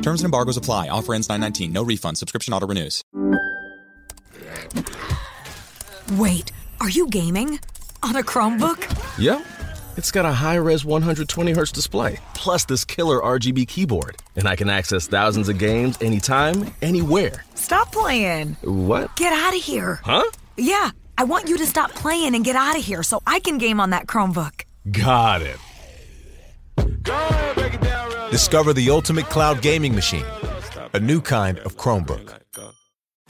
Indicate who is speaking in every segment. Speaker 1: Terms and embargoes apply. Offer ends 919. No refund. Subscription auto renews.
Speaker 2: Wait, are you gaming? On a Chromebook?
Speaker 3: Yep. It's got a high res 120Hz display, plus this killer RGB keyboard. And I can access thousands of games anytime, anywhere.
Speaker 2: Stop playing.
Speaker 3: What?
Speaker 2: Get out of here.
Speaker 3: Huh?
Speaker 2: Yeah, I want you to stop playing and get out of here so I can game on that Chromebook.
Speaker 3: Got it.
Speaker 4: Discover the ultimate cloud gaming machine, a new kind of Chromebook.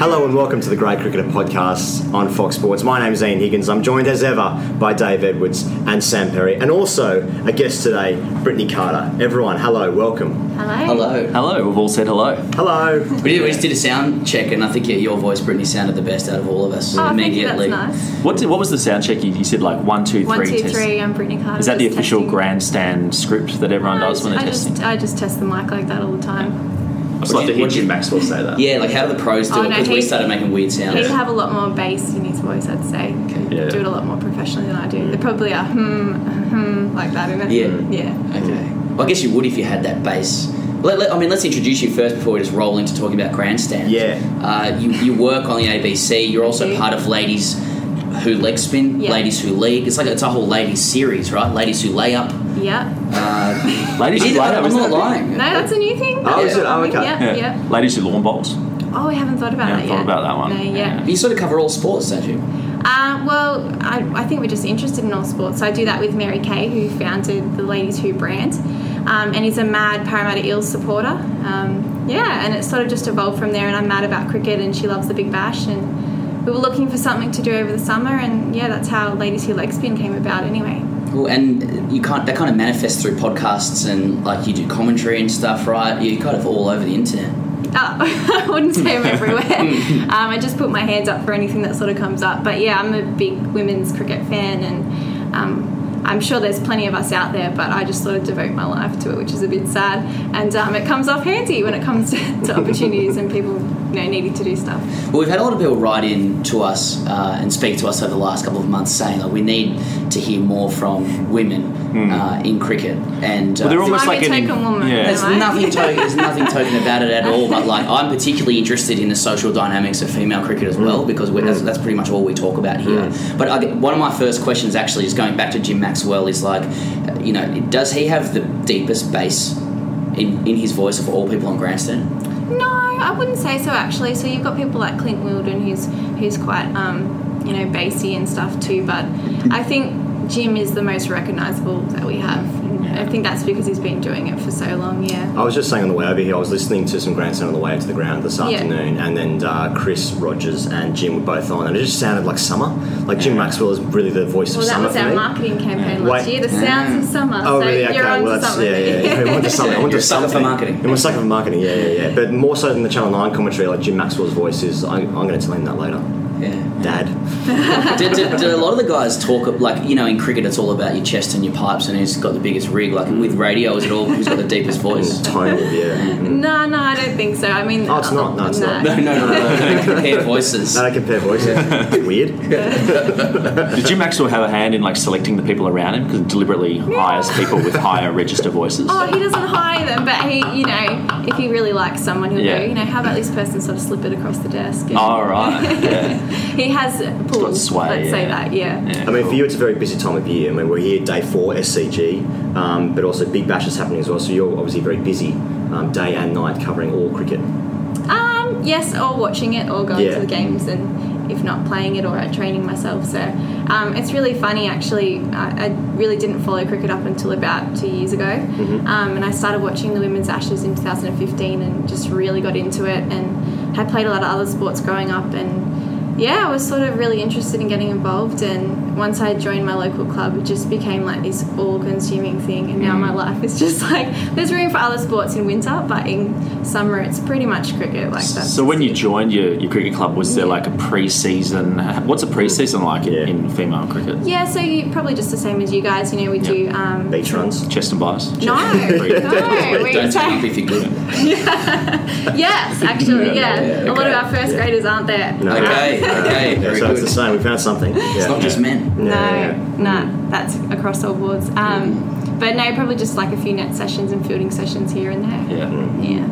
Speaker 5: Hello and welcome to the Great Cricketer Podcast on Fox Sports. My name's Ian Higgins. I'm joined as ever by Dave Edwards and Sam Perry, and also a guest today, Brittany Carter. Everyone, hello, welcome.
Speaker 6: Hello. Hello. We've all said hello.
Speaker 5: Hello.
Speaker 6: We, did, we just did a sound check, and I think yeah, your voice, Brittany, sounded the best out of all of us.
Speaker 7: Oh, thank you. That's nice.
Speaker 8: What, did, what was the sound check? You, you said like one, two, three.
Speaker 7: One, two,
Speaker 8: test.
Speaker 7: three. I'm Brittany Carter.
Speaker 8: Is that the
Speaker 7: just
Speaker 8: official
Speaker 7: testing.
Speaker 8: grandstand script that everyone
Speaker 7: No,
Speaker 8: does when they're
Speaker 7: I just,
Speaker 8: testing?
Speaker 7: I just test the mic like that all the time.
Speaker 8: I just like to hear Jim Maxwell say that.
Speaker 6: Yeah, like how do the pros do
Speaker 7: Oh,
Speaker 6: it?
Speaker 7: no,
Speaker 6: Because we
Speaker 7: he-
Speaker 6: started making weird sounds.
Speaker 7: He'd have a lot more bass in his voice, I'd say. Could
Speaker 8: Yeah.
Speaker 7: Do it a lot more professionally than I do. They probably are hmm, hmm, like that in it.
Speaker 6: Yeah.
Speaker 7: Yeah.
Speaker 6: Okay. Well, I guess you would if you had that base. Let, let- I mean, let's introduce you first before we just roll into talking about grandstands.
Speaker 5: Yeah.
Speaker 6: Uh, you, you work on the ABC. You're also
Speaker 7: do.
Speaker 6: part of Ladies Who Leg Spin,
Speaker 7: Yeah.
Speaker 6: Ladies Who League. It's like it's a whole ladies series, right? Ladies Who Lay Up.
Speaker 7: Yeah.
Speaker 6: Uh,
Speaker 8: Ladies
Speaker 6: I'm
Speaker 8: who lay up,
Speaker 6: not
Speaker 8: isn't it?
Speaker 6: lying.
Speaker 7: No, that's a new thing.
Speaker 5: Oh,
Speaker 6: is it?
Speaker 5: Oh, okay.
Speaker 7: Yeah, yeah.
Speaker 8: Ladies who lawn bowls.
Speaker 7: Oh, we haven't thought about
Speaker 8: Yeah,
Speaker 7: that
Speaker 8: thought
Speaker 7: yet.
Speaker 8: about that one.
Speaker 7: No, yeah.
Speaker 6: You sort of cover all sports, don't you?
Speaker 7: Uh, well, I, I think we're just interested in all sports. So I do that with Mary Kay, who founded the Ladies Who brand, um, and is a mad Parramatta Eels supporter. Um, yeah, and it sort of just evolved from there. And I'm mad about cricket, and she loves the Big Bash. And we were looking for something to do over the summer, and yeah, that's how Ladies Who Leg Spin came about. Anyway,
Speaker 6: Cool. And you can't. That kind of manifests through podcasts and like you do commentary and stuff, right? You're kind of all over the internet.
Speaker 7: Oh, I wouldn't say I'm everywhere. um, I just put my hands up for anything that sort of comes up. But yeah, I'm a big women's cricket fan, and um, I'm sure there's plenty of us out there. But I just sort of devote my life to it, which is a bit sad. And um, it comes off handy when it comes to, to opportunities and people you know needing to do stuff.
Speaker 6: Well, we've had a lot of people write in to us uh, and speak to us over the last couple of months saying like we need to hear more from women uh, in cricket, and uh,
Speaker 8: Hmm. Well, they're
Speaker 7: So
Speaker 8: almost
Speaker 7: I'm
Speaker 8: like
Speaker 7: a
Speaker 8: an-
Speaker 7: token woman.
Speaker 8: yeah.
Speaker 6: there's
Speaker 7: am I?
Speaker 6: nothing to- there's nothing token about it at all. But like I'm particularly interested in the social dynamics of female cricket as well because we that's, that's pretty much all we talk about here. But I, one of my first questions actually is going back to Jim Maxwell is like, uh, you know, does he have the deepest bass in, in his voice of all people on grandstand?
Speaker 7: No, I wouldn't say so actually. So you've got people like Clint Wilden, who's who's quite um, you know bassy and stuff too. But I think Jim is the most recognisable that we have. And I think that's because he's been doing it for so long. Yeah.
Speaker 5: I was just saying on the way over here, I was listening to some grandson on the way to the ground this
Speaker 7: Yeah.
Speaker 5: afternoon, and then uh, Chris Rogers and Jim were both on, and it just sounded like summer. Like Jim Maxwell is really the voice
Speaker 7: Well,
Speaker 5: of
Speaker 7: that
Speaker 5: summer
Speaker 7: was
Speaker 5: for
Speaker 7: our
Speaker 5: me.
Speaker 7: marketing campaign last
Speaker 5: Wait.
Speaker 7: year. The sounds of summer.
Speaker 5: Oh,
Speaker 7: so
Speaker 5: really? Okay.
Speaker 7: you're on
Speaker 5: well,
Speaker 7: to
Speaker 5: that's
Speaker 7: something.
Speaker 5: yeah, yeah. yeah. I want to something. I want
Speaker 6: You're
Speaker 5: to
Speaker 6: a sucker for
Speaker 5: something.
Speaker 6: marketing.
Speaker 5: I'm a sucker for marketing. Yeah, yeah, yeah. But more so than the Channel Nine commentary, like Jim Maxwell's voice is. I, I'm going to tell him that later.
Speaker 6: Yeah.
Speaker 5: Dad.
Speaker 6: do, do, do a lot of the guys talk of- like you know in cricket it's all about your chest and your pipes and who's got the biggest rig like with radio is it all who's got the deepest voice
Speaker 5: Tone. Yeah.
Speaker 7: No, no, I don't think so. I mean,
Speaker 5: Oh, it's not. No, it's not.
Speaker 6: no no no no no compare voices
Speaker 5: I don't compare voices. It's weird.
Speaker 8: Did Jim Maxwell have a hand in like selecting the people around him because deliberately hires people with higher register voices?
Speaker 7: Oh, he doesn't hire them, but he, you know, if he really likes someone, he'll
Speaker 8: Yeah.
Speaker 7: go, you know, how about this person sort of slip it across the desk? And
Speaker 8: All right. Yeah.
Speaker 7: He has pulled.
Speaker 8: sway,
Speaker 7: let's say
Speaker 8: yeah.
Speaker 7: that, yeah.
Speaker 8: Yeah,
Speaker 5: I mean,
Speaker 8: cool.
Speaker 5: for you, it's a very busy time of year. I mean, we're here day four SCG, um, but also Big Bash is happening as well. So you're obviously very busy um, day and night covering all cricket.
Speaker 7: Um, Yes, or watching it, or going
Speaker 5: Yeah.
Speaker 7: to the games, and if not playing it, or at training myself. So um, it's really funny, actually. I, I really didn't follow cricket up until about two years ago,
Speaker 9: Mhm.
Speaker 8: Mm-hmm.
Speaker 7: um, and I started watching the Women's Ashes in 2015, and just really got into it. And had played a lot of other sports growing up, and yeah, I was sort of really interested in getting involved. And once I joined my local club, it just became like this all-consuming thing. And now
Speaker 8: Mm.
Speaker 7: my life is just like there's room for other sports in winter, but in summer it's pretty much cricket. Like that's
Speaker 8: So when you joined your, your cricket club, was there like a pre-season? What's a pre-season like in, in female cricket?
Speaker 7: Yeah, so you probably just the same as you guys. You know, we do. Um,
Speaker 8: Beach runs, chest and bars.
Speaker 7: No, no, we
Speaker 8: Don't
Speaker 7: don't.
Speaker 8: be thinking.
Speaker 7: yes, actually, yeah.
Speaker 5: Yeah, yeah,
Speaker 7: A lot
Speaker 5: okay,
Speaker 7: of our first graders aren't there.
Speaker 5: No.
Speaker 6: Okay,
Speaker 5: Uh,
Speaker 6: okay,
Speaker 5: yeah,
Speaker 6: very
Speaker 5: so it's
Speaker 6: good.
Speaker 5: the same. We found something.
Speaker 6: It's not just men.
Speaker 5: Yeah, yeah, yeah.
Speaker 7: No, no, that's across all boards. Um, but no, probably just like a few net sessions and fielding sessions here and there.
Speaker 8: Yeah.
Speaker 7: Yeah.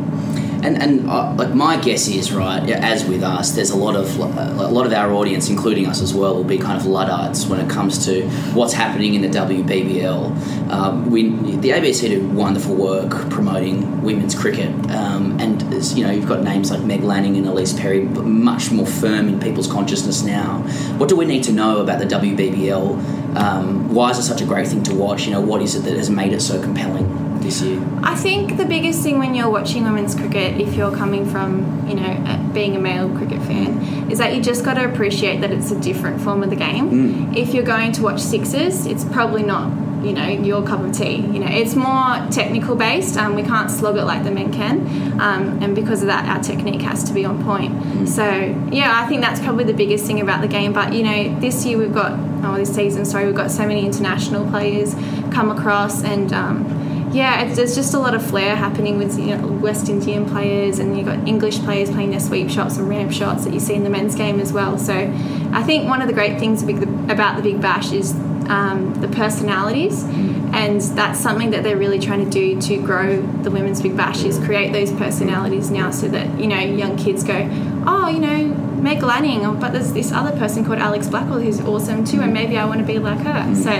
Speaker 6: And and uh, like my guess is right, yeah, as with us, there's a lot of a lot of our audience, including us as well, will be kind of luddites when it comes to what's happening in the WBBL. Um, we the ABC do wonderful work promoting women's cricket, um, and it's- you know you've got names like Meg Lanning and Elise Perry, but much more firm in people's consciousness now. What do we need to know about the WBBL? Um, why is it such a great thing to watch? You know, what is it that has made it so compelling this year?
Speaker 7: I think the biggest thing when you're watching women's cricket, if you're coming from, you know, uh, being a male cricket fan, is that you just got to appreciate that it's a different form of the game. if you're going to watch sixes, it's probably not you know your cup of tea. You know, it's more technical based. Um, we can't slog it like the men can, um, and because of that, our technique has to be on point. So yeah, I think that's probably the biggest thing about the game. But you know, this year we've got oh this season, sorry, we've got so many international players come across and. Um, yeah, it's, there's just a lot of flair happening with you know, West Indian players, and you've got English players playing their sweep shots and ramp shots that you see in the men's game as well. So, I think one of the great things big- about the Big Bash is um, the personalities, and that's something that they're really trying to do to grow the women's Big Bash is create those personalities now, so that you know young kids go, oh, you know Meg Lanning, oh, but there's this other person called Alex Blackwell who's awesome too, and maybe I want to be like her. So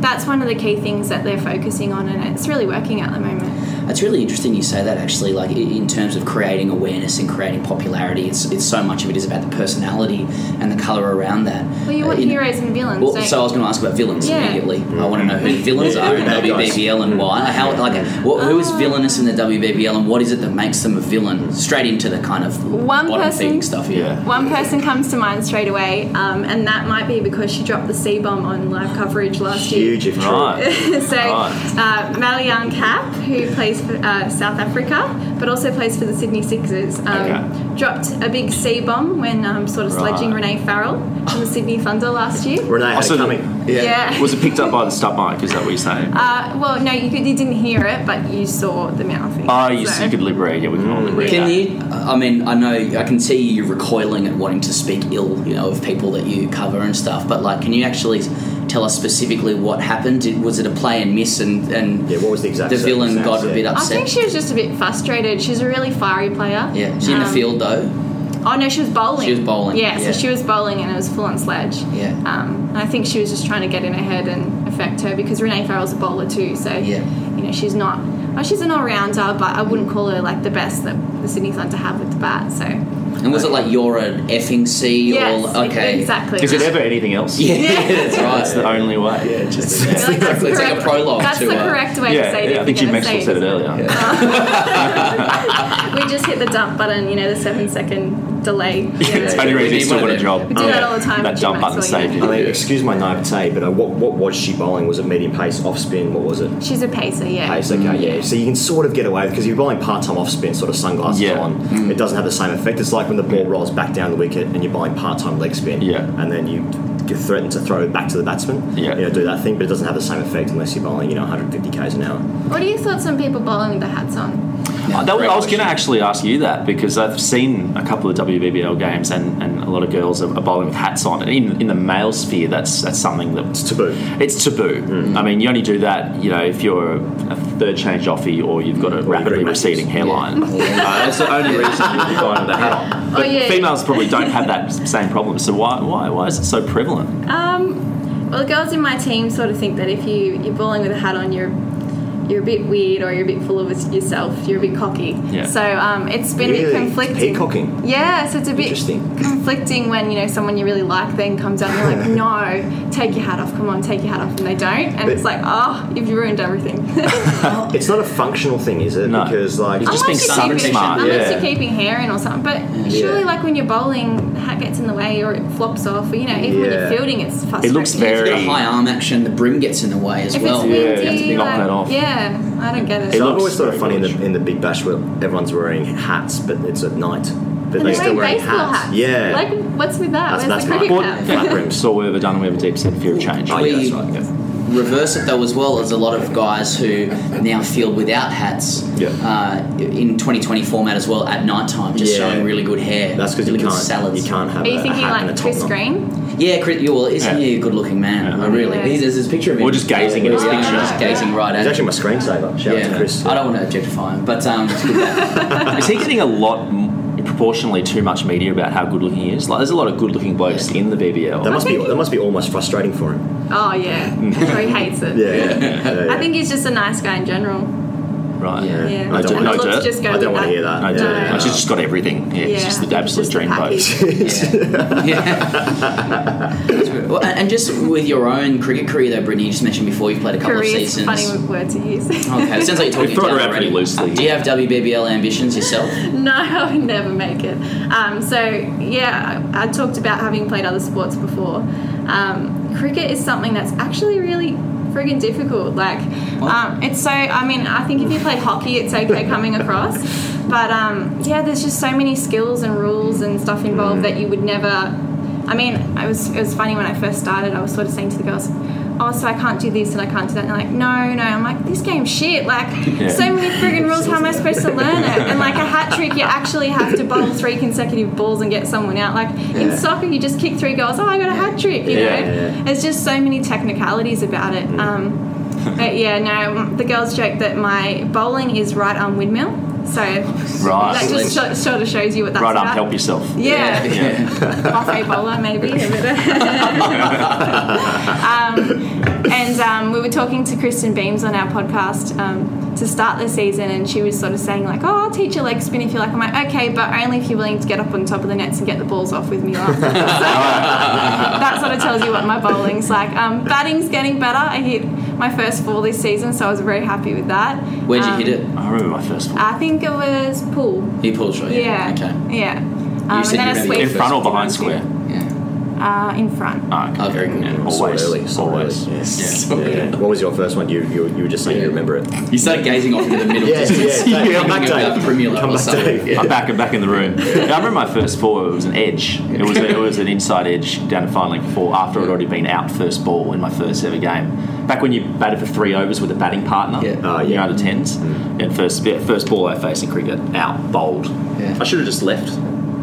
Speaker 7: that's one of the key things that they're focusing on, and it's really working at the moment.
Speaker 6: It's really interesting you say that actually, like i- in terms of creating awareness and creating popularity, it's, it's so much of it is about the personality and the colour around that.
Speaker 7: Well, you want
Speaker 6: Uh, in-
Speaker 7: heroes and villains.
Speaker 6: Well,
Speaker 7: don't
Speaker 6: so I
Speaker 7: you?
Speaker 6: was going to ask about villains
Speaker 7: Yeah.
Speaker 6: immediately. I want to know who the villains are in
Speaker 5: Bad guys.
Speaker 6: WBBL and why. How like what, who is villainous in the WBBL and what is it that makes them a villain? Straight into the kind of
Speaker 7: One
Speaker 6: bottom
Speaker 7: person-
Speaker 6: feeding stuff. Yeah.
Speaker 7: One person comes to mind straight away, um, and that might be because she dropped the C bomb on live coverage last
Speaker 5: Huge
Speaker 7: year.
Speaker 5: if true. Right.
Speaker 7: so, uh, Malian Cap, who plays for uh, South Africa but also plays for the Sydney Sixers, um,
Speaker 5: Okay.
Speaker 7: dropped a big C bomb when um, sort of sledging
Speaker 8: Right.
Speaker 7: Renee Farrell from the Sydney Thunder last year.
Speaker 8: Also,
Speaker 7: Yeah. Yeah.
Speaker 8: Was it picked up by the stub mic? Is that what you're saying?
Speaker 7: Uh, well, no, you, could, you didn't hear it, but you saw the mouthing.
Speaker 8: Oh, you, so you could liberate. Yeah, we can all liberate.
Speaker 6: Can
Speaker 8: that.
Speaker 6: you? I mean, I know I can see you recoiling at wanting to speak ill, you know, of people that you cover and stuff. But like, can you actually tell us specifically what happened? Did, was it a play and miss? And, and yeah, what was the exact? The villain got a bit upset.
Speaker 7: I think she was just a bit frustrated. She's a really fiery player.
Speaker 6: yeah, she's in the
Speaker 7: Um,
Speaker 6: field though.
Speaker 7: Oh no, she was bowling.
Speaker 6: She was bowling,
Speaker 7: Yeah,
Speaker 6: yeah.
Speaker 7: so she was bowling and it was full on sledge.
Speaker 6: Yeah.
Speaker 7: Um, and I think she was just trying to get in her head and affect her because Renee Farrell's a bowler too. So
Speaker 6: Yeah.
Speaker 7: you know she's not. Oh, she's an all rounder, but I wouldn't call her like the best that the Sydney Thunder have with the bat. So
Speaker 6: And was it like you're an effing C?
Speaker 7: uh, Yes,
Speaker 6: or, okay,
Speaker 7: exactly.
Speaker 8: Is it ever anything else?
Speaker 6: Yeah, that's right.
Speaker 8: That's the only way. Yeah, just
Speaker 6: It's like- it's like a prologue.
Speaker 7: that's
Speaker 6: to,
Speaker 7: the
Speaker 6: uh,
Speaker 7: correct way to
Speaker 8: yeah,
Speaker 7: say it.
Speaker 8: yeah,
Speaker 7: if
Speaker 8: I think
Speaker 7: you're
Speaker 8: Jim
Speaker 7: gonna
Speaker 8: Maxwell
Speaker 7: say
Speaker 8: said
Speaker 7: it.
Speaker 8: it earlier.
Speaker 7: We just hit the dump button. You know the seven second delay.
Speaker 8: It's only reason you still got a job.
Speaker 7: We do that all the time.
Speaker 8: That jump button saved
Speaker 5: I mean, excuse my naivete, but uh, what what was she bowling? Was it medium pace, off spin? What was it?
Speaker 7: She's a pacer. Yeah.
Speaker 5: Pace, okay, yeah. So you can sort of get away because you're bowling part time off spin, sort of sunglasses on. It doesn't have the same effect. It's like when the ball rolls back down the wicket and you're bowling part time leg spin. Yeah. And then you get threatened to throw it back to the batsman. Yeah. You know, do that thing, but it doesn't have the same effect unless you're bowling, you know, 150 k's an hour.
Speaker 7: What are your thoughts on people bowling with the hats on?
Speaker 8: Uh, that was- I was going to actually ask you that because I've seen a couple of WBBL games and, and a lot of girls are, are bowling with hats on. And in, in the male sphere, that's that's something that's
Speaker 5: taboo.
Speaker 8: It's taboo. I mean, you only do that, you know, if you're a third change offie or you've got a rapidly receding hairline. Uh, that's the only reason you're bowling with a hat
Speaker 7: Oh,
Speaker 8: on. But
Speaker 7: yeah.
Speaker 8: females probably don't have that same problem. So why why why is it so prevalent?
Speaker 7: Um, well, the girls in my team sort of think that if you you're bowling with a hat on, you're you're a bit weird or you're a bit full of yourself, you're a bit cocky.
Speaker 5: Yeah.
Speaker 7: So um, it's been a bit
Speaker 5: Really?
Speaker 7: conflicting.
Speaker 5: Peacocking?
Speaker 7: Yeah, so it's a bit
Speaker 5: Interesting.
Speaker 7: conflicting when you know someone you really like then comes down and you're like, no, take your hat off, come on, take your hat off, and they don't, and
Speaker 5: But-
Speaker 7: it's like, oh, you've ruined everything.
Speaker 5: It's not a functional thing, is it? Because like
Speaker 8: It's just being Unless
Speaker 7: keeping, Unless you're
Speaker 5: Yeah.
Speaker 7: keeping hair in or something. But surely, like when you're bowling, the hat gets in the way or it flops off. Or, you know, even when
Speaker 6: Yeah.
Speaker 7: you're fielding, it's frustrating.
Speaker 6: If you've got high arm action, the brim gets in the way as
Speaker 7: If
Speaker 6: well.
Speaker 7: it's windy, like, yeah, I don't get it.
Speaker 5: So I've always thought it funny in the, in the Big Bash where everyone's wearing hats, but it's at night. But
Speaker 7: But
Speaker 5: they're
Speaker 7: they're
Speaker 5: still
Speaker 7: wearing
Speaker 5: wearing
Speaker 7: baseball
Speaker 5: hats.
Speaker 7: hats.
Speaker 5: Yeah.
Speaker 7: Like, what's with that? Where's the cricket hat?
Speaker 8: So we've ever done, we have a deep set fear of change.
Speaker 6: we reverse it though as well. There's a lot of guys who now field without hats uh, in 2020 format as well at night time, just
Speaker 5: Yeah.
Speaker 6: showing really good hair. That's because
Speaker 5: you can't-
Speaker 6: salads. You can't
Speaker 7: Are you thinking like Chris Green?
Speaker 6: Yeah, Chris, well, isn't he a good-looking man? Like, really,
Speaker 7: Yeah.
Speaker 6: He's- there's this picture of him.
Speaker 5: We're just gazing at his
Speaker 6: Yeah,
Speaker 5: picture.
Speaker 6: Just gazing right at.
Speaker 5: He's actually my
Speaker 6: him.
Speaker 5: screensaver. Shout out to Chris.
Speaker 6: I don't want to objectify him, but um,
Speaker 8: is he getting a lot m- proportionally too much media about how good looking he is? Like, there's a lot of good looking blokes in the BBL.
Speaker 7: That must be- that
Speaker 5: must be almost frustrating for him.
Speaker 7: Oh yeah, or he hates it. I think he's just a nice guy in general.
Speaker 8: Right.
Speaker 7: Yeah. I don't
Speaker 8: No, dirt.
Speaker 7: want-
Speaker 8: no
Speaker 7: Let's
Speaker 8: dirt.
Speaker 7: just go I don't with wanna that. hear that.
Speaker 8: No
Speaker 5: Yeah,
Speaker 8: dirt.
Speaker 5: yeah,
Speaker 8: No, She's
Speaker 5: yeah.
Speaker 8: just got everything. Yeah, she's
Speaker 6: Yeah.
Speaker 8: just the absolute dream
Speaker 6: package.
Speaker 8: boat.
Speaker 6: well, and and just with your own cricket career though, Brittany, you just mentioned before you've played a couple
Speaker 7: Career
Speaker 6: of
Speaker 7: is a
Speaker 6: seasons.
Speaker 7: funny word to use.
Speaker 6: Okay, it sounds like you're talking
Speaker 8: We've thrown
Speaker 6: down
Speaker 8: around
Speaker 6: already.
Speaker 8: pretty loosely.
Speaker 6: Do you have WBBL ambitions yourself?
Speaker 7: No, I would never make it. Um, so yeah, I, I talked about having played other sports before. Um, cricket is something that's actually really friggin' difficult. Like, um, it's so. I mean, I think if you played hockey, it's okay coming across. But um, yeah, there's just so many skills and rules and stuff involved that you would never I mean, I was it was funny when I first started. I was sort of saying to the girls, "Oh, so I can't do this and I can't do that." And they're like, "No, no." I'm like, "This game's shit. Like,
Speaker 9: Yeah.
Speaker 7: so many friggin' rules. How am I supposed to learn it?" And like a hat trick, you actually have to bowl three consecutive balls and get someone out. Like
Speaker 9: Yeah.
Speaker 7: in soccer, you just kick three goals. Oh, I got a hat trick. You
Speaker 9: Yeah,
Speaker 7: know,
Speaker 9: yeah.
Speaker 7: there's just so many technicalities about it. Um, but yeah, no, the girls joke that my bowling is right arm windmill. So that just sho- sort of shows you what that's
Speaker 8: right
Speaker 7: about.
Speaker 8: up, help yourself.
Speaker 7: Yeah. Buffet bowler, maybe. um, and um, we were talking to Kristen Beams on our podcast um, to start the season, and she was sort of saying like, "Oh, I'll teach you leg spin if you like." I'm like, "Okay, but only if you're willing to get up on top of the nets and get the balls off with me." Last that sort of tells you what my bowling's like. Um, batting's getting better. I hit my first ball this season, so I was very happy with that.
Speaker 6: Where'd
Speaker 7: Um,
Speaker 6: you hit it? I remember my first
Speaker 7: I think it was pool.
Speaker 6: He pulled shot.
Speaker 7: Yeah.
Speaker 6: Okay.
Speaker 7: Yeah. Um,
Speaker 6: you
Speaker 7: and
Speaker 6: said
Speaker 7: then
Speaker 6: you
Speaker 7: I
Speaker 6: were gonna be
Speaker 7: sweep.
Speaker 8: In front or behind square?
Speaker 7: Uh, in front.
Speaker 8: Ah,
Speaker 6: okay. very good.
Speaker 8: Always.
Speaker 5: always. Yeah. Yeah. What was your first one? You you, you were just saying you remember it.
Speaker 6: You started gazing off into the middle
Speaker 5: yeah,
Speaker 6: distance.
Speaker 5: Yeah, yeah.
Speaker 6: Thinking
Speaker 5: Come back,
Speaker 6: about
Speaker 5: Dave.
Speaker 6: Premier League
Speaker 5: Come
Speaker 6: or
Speaker 5: back,
Speaker 6: something.
Speaker 5: Dave.
Speaker 8: I'm back. I'm back in the room. Yeah, I remember my first four. It was an edge. It was it was an inside edge down to final link four after I'd already been out first ball in my first ever game. Back when you batted for three overs with a batting partner, yeah. Mm. uh, you know, out of tens, and first yeah, first ball I faced in cricket, out bowled. I should have just left.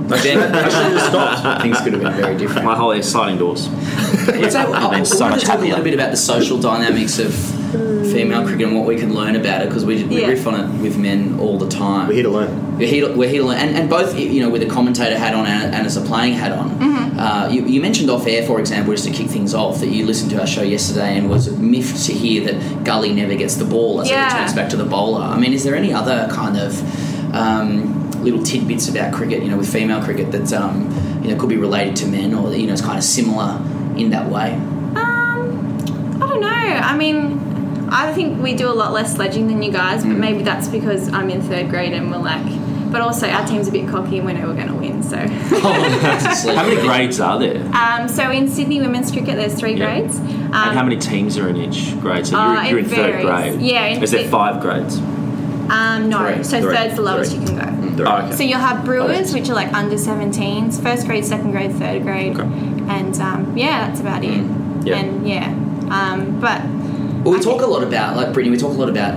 Speaker 8: I should have just stopped.
Speaker 6: Things could have been very different.
Speaker 8: My whole sliding doors.
Speaker 6: Well, so, I, I
Speaker 8: been
Speaker 6: want
Speaker 8: so much
Speaker 6: to talk a
Speaker 8: happier.
Speaker 6: little bit about the social dynamics of female cricket and what we can learn about it because we, we
Speaker 8: Yeah.
Speaker 6: riff on it with men all the time. We're here
Speaker 5: to learn.
Speaker 6: We're here to, learn, and, and both you know with a commentator hat on and, and as a playing hat on. Uh, you, you mentioned off air, for example, just to kick things off, that you listened to our show yesterday and was miffed to hear that Gully never gets the ball as
Speaker 7: Yeah.
Speaker 6: it returns back to the bowler. I mean, is there any other kind of um, little tidbits about cricket, you know, with female cricket that um, you know could be related to men or you know it's kind of similar in that way?
Speaker 7: Um, I don't know. I mean, I think we do a lot less sledging than you guys,
Speaker 8: Mm.
Speaker 7: but maybe that's because I'm in third grade and we're like. But also, our team's a bit cocky and we know we're going to win. So,
Speaker 8: how many grades are there?
Speaker 7: um, so in Sydney women's cricket, there's three
Speaker 8: Yeah.
Speaker 7: grades. Um,
Speaker 8: and how many teams are in each grade? So
Speaker 7: Uh,
Speaker 8: you're, you're
Speaker 7: it
Speaker 8: in third
Speaker 7: varies.
Speaker 8: grade.
Speaker 7: Yeah, in
Speaker 8: Is there
Speaker 7: thi-
Speaker 8: five grades?
Speaker 7: Um, no,
Speaker 8: Three.
Speaker 7: so
Speaker 8: Three.
Speaker 7: third's the lowest
Speaker 8: Three.
Speaker 7: you can go.
Speaker 8: Oh, okay.
Speaker 7: So you'll have brewers, which are like under 17s, first grade, second grade, third grade, and um, yeah, that's about it.
Speaker 8: Mm.
Speaker 6: Yeah.
Speaker 7: And yeah, um, but
Speaker 6: Well, we talk a lot about, like Brittany, we talk a lot about,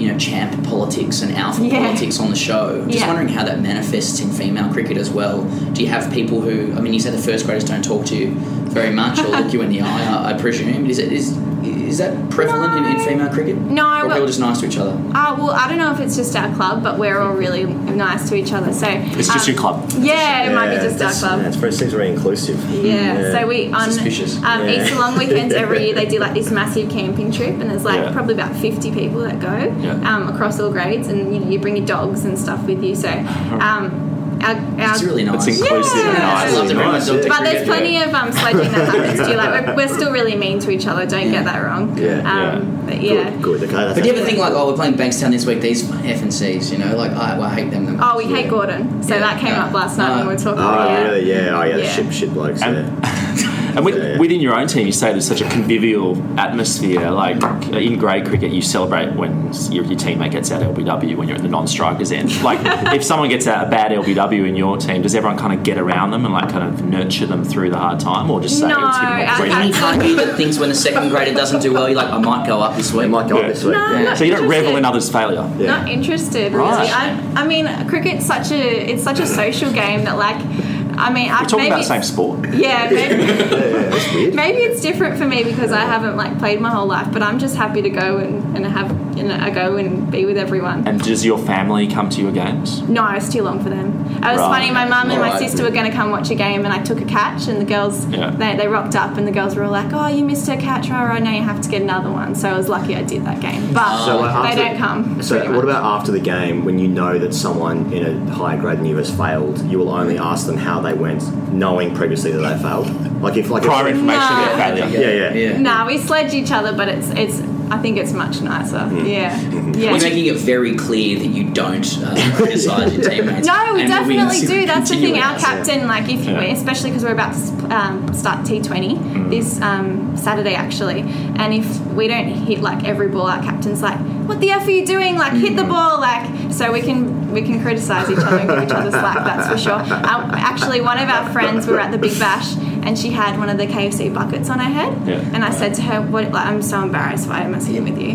Speaker 6: you know, champ politics and alpha
Speaker 7: Yeah.
Speaker 6: politics on the show. Just
Speaker 7: Yeah.
Speaker 6: wondering how that manifests in female cricket as well. Do you have people who, I mean, you say the first graders don't talk to you very much or look you in the eye, I, I presume. Is it, is, is that prevalent in, in female cricket?
Speaker 7: No,
Speaker 6: or are
Speaker 7: well-
Speaker 6: people just nice to each other?
Speaker 7: Uh, well, I don't know if it's just our club, but we're all really nice to each other. So um,
Speaker 6: It's just your club.
Speaker 7: Yeah, it might be just our
Speaker 5: that's-
Speaker 7: club.
Speaker 5: Yeah, it's very, seems very inclusive.
Speaker 7: Yeah. so we on
Speaker 5: Suspicious.
Speaker 7: um,
Speaker 5: Yeah.
Speaker 7: Easter long weekends every year they do like this massive camping trip, and there's like
Speaker 5: Yeah.
Speaker 7: probably about fifty people that go
Speaker 5: Yeah.
Speaker 7: um, across all grades, and you know you bring your dogs and stuff with you. So.
Speaker 5: Uh-huh.
Speaker 7: Um, our, our,
Speaker 6: It's really nice. It's inclusive and
Speaker 7: Yeah.
Speaker 6: nice. I love that everyone's Nice, dog yeah.
Speaker 7: But
Speaker 6: cricket,
Speaker 7: there's
Speaker 6: yeah.
Speaker 7: plenty of um, sledging that happens too. Like we're, we're still really mean to each other. Don't get that wrong.
Speaker 6: Yeah.
Speaker 7: Um, But yeah.
Speaker 5: Good. Okay.
Speaker 6: But do you ever think like, oh, we're playing Bankstown this week? These F and C's, you know, like I, well, I hate them.
Speaker 7: Oh, we hate Gordon. So that came up last night when we were talking.
Speaker 5: Oh,
Speaker 7: yeah.
Speaker 5: really? Yeah. Oh, yeah. The
Speaker 7: Yeah.
Speaker 5: ship, ship blokes. yeah.
Speaker 8: And with, within your own team, you say there's such a convivial atmosphere. Like uh, in grade cricket, you celebrate when your, your teammate gets out LBW when you're at the non-strikers end. Like if someone gets out a bad LBW in your team, does everyone kind of get around them and like kind of nurture them through the hard time, or just say
Speaker 7: No,
Speaker 8: it's getting
Speaker 7: I
Speaker 8: more
Speaker 6: Isn't he
Speaker 8: friendly?
Speaker 6: funny that things when the second grader doesn't do well, you're like, I might go up this week. I might
Speaker 5: go up this week.
Speaker 7: No, I'm not
Speaker 8: So you don't revel
Speaker 7: interested.
Speaker 8: in others' failure.
Speaker 7: Not interested, really.
Speaker 8: Right.
Speaker 7: I, I mean, cricket's such a it's such a social game that like, I mean, I
Speaker 8: We're talking
Speaker 7: maybe
Speaker 8: about the same sport.
Speaker 7: yeah, maybe,
Speaker 5: that's weird.
Speaker 7: maybe it's different for me because I haven't like played my whole life, but I'm just happy to go and, and have you know, a go and be with everyone.
Speaker 8: And does your family come to your games?
Speaker 7: No, it's too long for them. It was
Speaker 8: Right.
Speaker 7: funny. My mum and my
Speaker 8: Alright.
Speaker 7: sister were going to come watch a game, and I took a catch, and the girls
Speaker 8: Yeah.
Speaker 7: they, they rocked up, and the girls were all like, "Oh, you missed a catch, right? Right now you have to get another one." So I was lucky I did that game, but
Speaker 5: So, uh,
Speaker 7: they
Speaker 5: after-
Speaker 7: don't come.
Speaker 5: So, what about after the game when you know that someone in a higher grade than you has failed? You will only ask them how they went, knowing previously that they failed. Like if like if-
Speaker 8: Prior information of their No. failure.
Speaker 5: Yeah, yeah,
Speaker 7: Nah, we sledge each other, but it's it's. I think it's much nicer. Yeah, yeah.
Speaker 6: We're making it very clear that you don't uh, criticise your teammates.
Speaker 7: No, we
Speaker 6: And
Speaker 7: definitely do. That's the
Speaker 6: continue
Speaker 7: thing.
Speaker 6: with
Speaker 7: Our
Speaker 6: that.
Speaker 7: captain, like, if
Speaker 6: Yeah. Mm.
Speaker 7: you, especially because we're about to sp- um, start T20 this um, Saturday, actually, and if we don't hit like every ball, our captain's like, "What the f are you doing? Like, hit
Speaker 6: Mm.
Speaker 7: the ball!" Like, so we can we can criticize each other and give each other slack. That's for sure. Um, actually, one of our friends, we were at the Big Bash, and she had one of the KFC buckets on her head,
Speaker 6: Yeah.
Speaker 7: and I said to her, "What? Like, I'm so embarrassed. Why am I sitting with you?"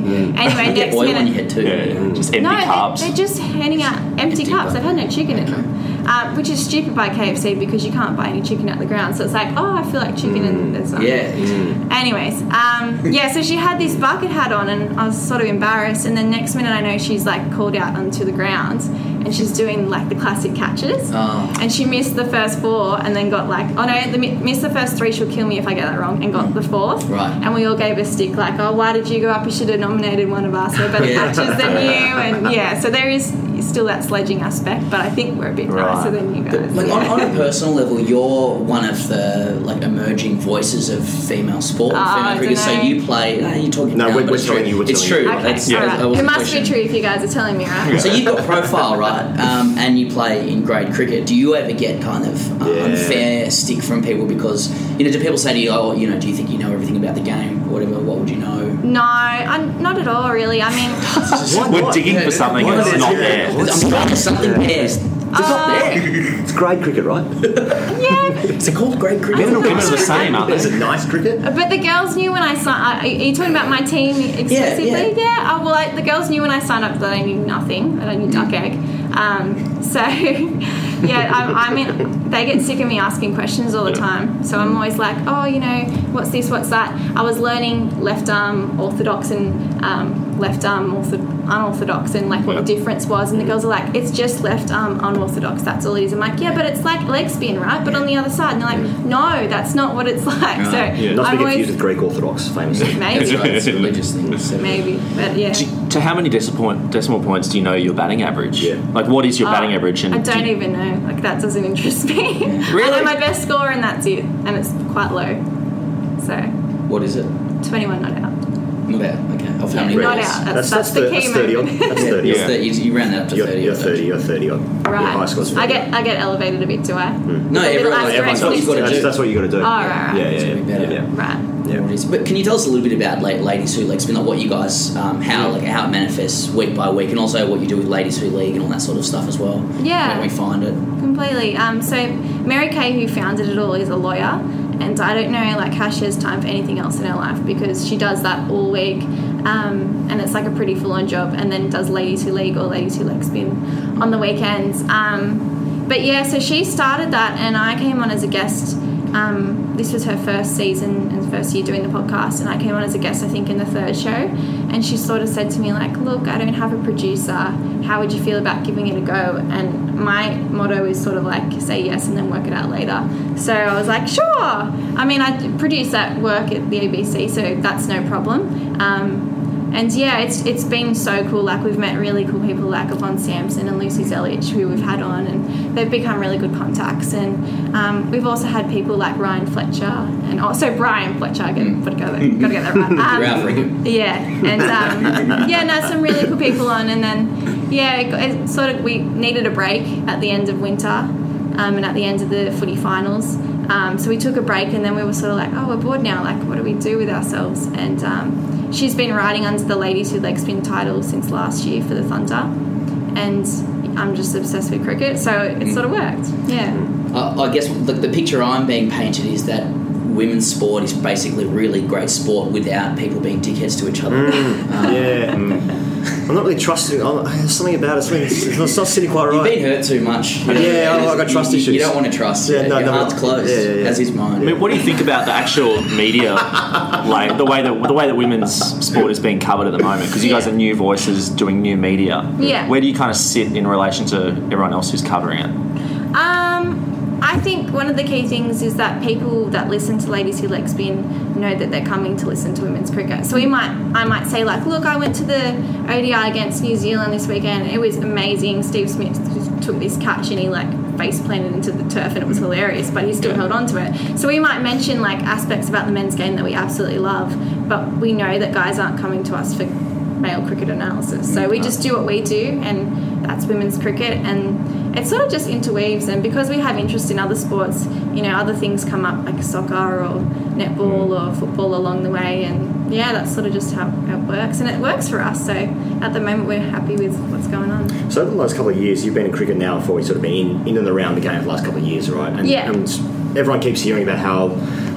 Speaker 7: Anyway,
Speaker 6: You get
Speaker 7: next
Speaker 6: oil on
Speaker 7: minute
Speaker 6: your head too. Just
Speaker 7: no, they- They're just handing out empty, cups. They've had no chicken in them, um, which is stupid by KFC because you can't buy any chicken at the ground. So it's like, oh, I feel like chicken and there's none.
Speaker 6: Hmm. Yeah. Mm.
Speaker 7: Anyways, um, yeah. So she had this bucket hat on, and I was sort of embarrassed. And then next minute, I know she's like called out onto the ground, and she's doing like the classic catches.
Speaker 6: Oh.
Speaker 7: And she missed the first four, and then got like, oh no, the, mi- missed the first three. She'll kill me if I get that wrong, and got the fourth.
Speaker 6: Right.
Speaker 7: And we all gave a stick like, oh, why did you go up? You should have nominated one of us. We're better
Speaker 6: Yeah.
Speaker 7: catches than you. And yeah, so there is still that sledging aspect, but I think we're a bit nicer than you guys.
Speaker 6: Like on, on a personal level, you're one of the like emerging voices of female sport,
Speaker 7: Ah,
Speaker 6: female
Speaker 7: I
Speaker 6: cricket.
Speaker 7: don't
Speaker 6: So
Speaker 7: know.
Speaker 6: you play. No, you're talking.
Speaker 5: No,
Speaker 6: down,
Speaker 5: we're-
Speaker 6: but
Speaker 5: we're
Speaker 6: it's
Speaker 5: telling
Speaker 6: true.
Speaker 5: you, we're
Speaker 6: It's
Speaker 5: telling
Speaker 6: true.
Speaker 5: you.
Speaker 7: Okay,
Speaker 6: That's, that-
Speaker 7: all
Speaker 6: that
Speaker 7: right.
Speaker 6: was
Speaker 7: It
Speaker 6: the
Speaker 7: must
Speaker 6: question.
Speaker 7: be true if you guys are telling me, right?
Speaker 6: So you've got profile, right? Um, and you play in grade cricket. Do you ever get kind of uh, unfair stick from people because you know? Do people say to you, "Oh, you know, do you think you know everything about the game or whatever? What would you know?"
Speaker 7: No, I'm, not at all, really. I mean,
Speaker 8: We're digging for something and it's not there.
Speaker 6: I'm trying for something there. It's not there.
Speaker 5: It's grade cricket, right?
Speaker 6: It's a called grade cricket.
Speaker 8: Women and women are the same, aren't
Speaker 5: Is
Speaker 8: they?
Speaker 5: it nice cricket?
Speaker 7: But the girls knew when I signed. Are you talking about my team explicitly?
Speaker 6: yeah.
Speaker 7: Oh, well, I, the girls knew when I signed up that I knew nothing. That I knew duck egg. Um, so, yeah, I, I mean, they get sick of me asking questions all the time. So I'm always like, oh, you know, what's this? What's that? I was learning left arm orthodox and um, left arm ortho- unorthodox and like what the difference was. And the girls are like, it's just left arm unorthodox. That's all it is. I'm like, yeah, but it's like leg spin, right? But on the other side, and they're like, no, that's not what it's like. So
Speaker 5: Not to be
Speaker 7: I'm always
Speaker 5: confused with Greek Orthodox, famously.
Speaker 7: Maybe. That's right, it's a religious
Speaker 6: thing.
Speaker 7: maybe, but yeah.
Speaker 8: To how many decimal, point, decimal points do you know your batting average? Yeah. Like, what is your
Speaker 7: Uh,
Speaker 8: batting average? And
Speaker 7: I
Speaker 8: do
Speaker 7: don't
Speaker 8: you-
Speaker 7: even know. Like that doesn't interest me. I know my best score and that's it, and it's quite low. So
Speaker 6: What is it?
Speaker 7: twenty-one not out.
Speaker 6: Not out. Okay. Of how
Speaker 7: Yeah,
Speaker 6: many
Speaker 7: not
Speaker 6: balls?
Speaker 7: out. That's- That's- that's that's the the- key that's 30
Speaker 5: odd.
Speaker 7: moment.
Speaker 5: That's 30
Speaker 6: It's
Speaker 5: odd.
Speaker 6: thirty. You ran that up to
Speaker 5: You're,
Speaker 6: 30
Speaker 5: you're 30, you're 30 odd.
Speaker 7: Right.
Speaker 5: Your high score's 30.
Speaker 7: I get I get elevated a bit, do I?
Speaker 6: No,
Speaker 7: A bit
Speaker 6: everyone-
Speaker 7: less
Speaker 6: everyone's
Speaker 7: directly.
Speaker 6: got- you've got to
Speaker 5: That's,
Speaker 6: do.
Speaker 5: that's what you got to do.
Speaker 7: Oh, right, right.
Speaker 5: Yeah, yeah,
Speaker 6: It's gonna
Speaker 5: yeah.
Speaker 6: be
Speaker 5: yeah.
Speaker 7: Right.
Speaker 6: Yeah. what it is. But can you tell us a little bit about like ladies who like spin like what you guys um, how like how it manifests week by week and also what you do with ladies who league and all that sort of stuff as well.
Speaker 7: Yeah.
Speaker 6: Where we find it.
Speaker 7: Completely. Um, so Mary Kay, who founded it all, is a lawyer, and I don't know like how she has time for anything else in her life because she does that all week, um, and it's like a pretty full-on job, and then does Ladies Who League or Ladies Who Leg Spin on the weekends. Um, but yeah, so she started that, and I came on as a guest Um, this was her first season and first year doing the podcast, and I came on as a guest, I think, in the third show. And she sort of said to me, like, "Look, I don't have a producer. How would you feel about giving it a go?" And my motto is sort of like, "Say yes and then work it out later." So I was like, "Sure." I mean, I produce at work at the ABC, so that's no problem. Um, and yeah, it's it's been so cool. Like we've met really cool people like Yvonne Sampson and Lucy Zelich, who we've had on, and they've become really good contacts. And um, we've also had people like Ryan Fletcher and also Brian Fletcher. I get, gotta, go there, gotta get that right. Um,
Speaker 6: You're African.
Speaker 7: yeah, and um, yeah, no, some really cool people on, and then yeah, it, it sort of we needed a break at the end of winter, um, and at the end of the footy finals. Um, so we took a break, and then we were sort of like, oh, we're bored now. Like, what do we do with ourselves? And um, she's been riding under the ladies who leg spin title since last year for the Thunder, and I'm just obsessed with cricket, so it
Speaker 6: Mm.
Speaker 7: sort of worked. Yeah.
Speaker 6: Uh, I, I guess the, the picture I'm being painted is that women's sport is basically really great sport without people being dickheads to each other.
Speaker 5: Mm,
Speaker 6: Um,
Speaker 5: yeah. I'm not really trusting. I'm, there's something about it. something- It's, it's not sitting quite right.
Speaker 6: You've been hurt too much.
Speaker 5: Yeah, I've got
Speaker 6: You-
Speaker 5: trust
Speaker 6: you-
Speaker 5: issues.
Speaker 6: You don't want to trust.
Speaker 5: Yeah,
Speaker 6: Yeah,
Speaker 5: no,
Speaker 6: Your
Speaker 5: no,
Speaker 6: heart's
Speaker 5: no.
Speaker 6: closed,
Speaker 5: Yeah, yeah, yeah.
Speaker 6: as is mine.
Speaker 8: I mean, what do you think about the actual media, like the way that the way that women's sport is being covered at the moment? Because you guys are new voices doing new media.
Speaker 7: Yeah.
Speaker 8: Where do you kind of sit in relation to everyone else who's covering it?
Speaker 7: Um, I think one of the key things is that people that listen to Ladies Who Leg Spin know that they're coming to listen to women's cricket. So we might, I might say like, look, I went to the ODI against New Zealand this weekend. It was amazing. Steve Smith took this catch and he like face planted into the turf and it was hilarious, but he still held on to it. So we might mention like aspects about the men's game that we absolutely love, but we know that guys aren't coming to us for male cricket analysis. So we just do what we do, and that's women's cricket, and it sort of just interweaves. And because we have interest in other sports, you know, other things come up like soccer or netball or football along the way, and yeah, that's sort of just how how it works, and it works for us. So at the moment, we're happy with what's going on.
Speaker 5: So over the last couple of years, you've been in cricket now for you've sort of been in, in and around the game for the last couple of years, right? And,
Speaker 7: Yeah.
Speaker 5: And everyone keeps hearing about how,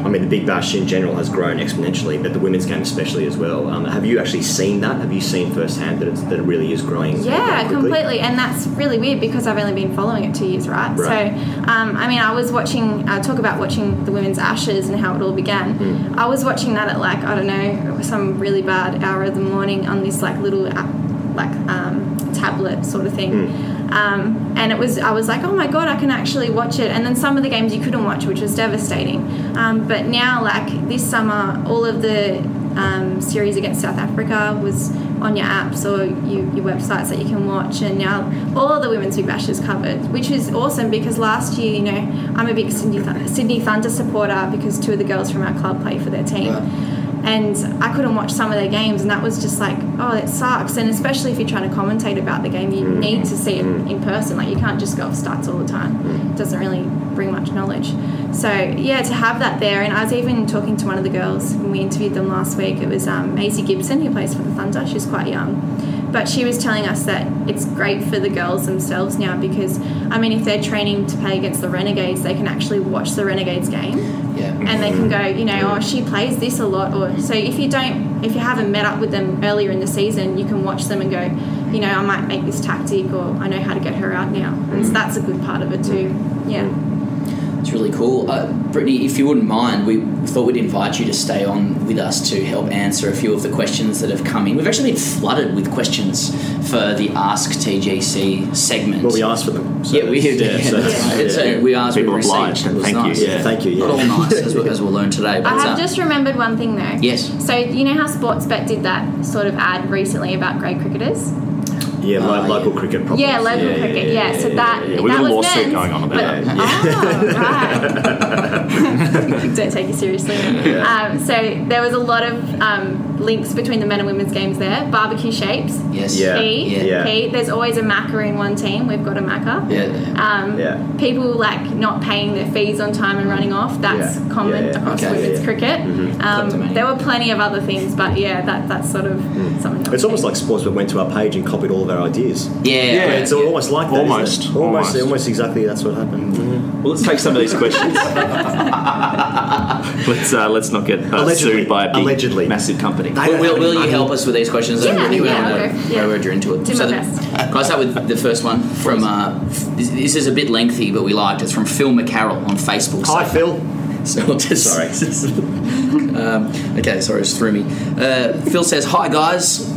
Speaker 5: I mean, the Big Bash in general has grown exponentially, but the women's game especially as well. Um, have you actually seen that? Have you seen firsthand that, it's, that it really is growing?
Speaker 7: Yeah,
Speaker 5: quickly?
Speaker 7: completely. And that's really weird because I've only been following it two years, right?
Speaker 5: Right.
Speaker 7: So, um, I mean, I was watching, uh, talk about watching the women's ashes and how it all began.
Speaker 9: Mm.
Speaker 7: I was watching that at like, I don't know, some really bad hour of the morning on this like little app, like um, tablet sort of thing. Um, and it was, I was like, oh my god, I can actually watch it. And then some of the games you couldn't watch, which was devastating. Um, but now, like this summer, all of the um, series against South Africa was on your apps or you, your websites that you can watch. And now all of the women's big bash is covered, which is awesome because last year, you know, I'm a big Sydney, Th- Sydney Thunder supporter because two of the girls from our club play for their team and I couldn't watch some of their games, and that was just like, oh, that sucks. And especially if you're trying to commentate about the game, you need to see it in person. Like you can't just go off stats all the time. It doesn't really bring much knowledge. So yeah, to have that there, and I was even talking to one of the girls when we interviewed them last week. It was um, Maisie Gibson who plays for the Thunder. She's quite young, but she was telling us that it's great for the girls themselves now because I mean, if they're training to play against the Renegades, they can actually watch the Renegades game
Speaker 6: Yeah.
Speaker 7: and they can go, you know, oh, she plays this a lot. Or so if you don't, if you haven't met up with them earlier in the season, you can watch them and go, you know, I might make this tactic, or I know how to get her out now. And so that's a good part of it too. Yeah.
Speaker 6: It's really cool. Uh, Brittany, if you wouldn't mind, we thought we'd invite you to stay on with us to help answer a few of the questions that have come in. We've actually been flooded with questions for the Ask TGC segment. Well, we
Speaker 5: asked for them.
Speaker 6: yeah, we did.
Speaker 5: yeah, so that's-
Speaker 6: Yeah, it's-
Speaker 5: yeah.
Speaker 6: we asked.
Speaker 5: People
Speaker 6: we received.
Speaker 5: obliged,
Speaker 6: It was
Speaker 5: thank you,
Speaker 6: nice.
Speaker 5: yeah, thank you, yeah.
Speaker 6: Not all nice, as, we, as we'll learn today. But
Speaker 7: I
Speaker 6: it's,
Speaker 7: have
Speaker 6: uh,
Speaker 7: just remembered one thing though.
Speaker 6: Yes.
Speaker 7: So you know how Sportsbet did that sort of ad recently about grey cricketers.
Speaker 5: Yeah, lo- local cricket problems.
Speaker 7: Yeah, local cricket. Yeah, so that that was men's, but- um,
Speaker 5: Oh,
Speaker 7: don't take it seriously.
Speaker 5: Yeah.
Speaker 7: Um, so there was a lot of um, links between the men and women's games there. Barbecue shapes.
Speaker 6: Yes.
Speaker 5: Yeah.
Speaker 7: Key.
Speaker 5: Yeah.
Speaker 7: Key. There's always a macker in one team. We've got a macker.
Speaker 6: Yeah.
Speaker 7: Um,
Speaker 5: Yeah.
Speaker 7: People like not paying their fees on time and running off. That's
Speaker 5: Yeah.
Speaker 7: common
Speaker 5: Yeah, yeah.
Speaker 7: across
Speaker 5: Okay.
Speaker 7: women's
Speaker 5: Yeah.
Speaker 7: cricket.
Speaker 5: Mhm.
Speaker 7: Um, there were plenty of other things, but yeah, that that's sort of something.
Speaker 5: Hmm. It's almost like Sportsbet went to our page and copied all of our ideas.
Speaker 6: Yeah.
Speaker 8: Yeah.
Speaker 5: It's almost like that. isn't it?
Speaker 8: Almost.
Speaker 5: almost. Almost.
Speaker 8: Almost.
Speaker 5: exactly that's what happened.
Speaker 8: Well, let's take some of these questions. let's uh, let's not get uh, sued by a big, massive company.
Speaker 6: Will, will, will you help us with these questions?
Speaker 8: Yeah,
Speaker 6: Brittany? We don't
Speaker 8: yeah,
Speaker 6: wanna
Speaker 8: okay,
Speaker 6: throw Roger into it.
Speaker 8: Do my
Speaker 6: the- Can I start with the first one from? Uh, f- this, this is a bit lengthy, but we liked it. It's from Phil McCarroll on Facebook.
Speaker 5: Hi, Phil.
Speaker 6: So I'll just sorry. um, okay, sorry, it just threw me. Uh, Phil says, "Hi guys,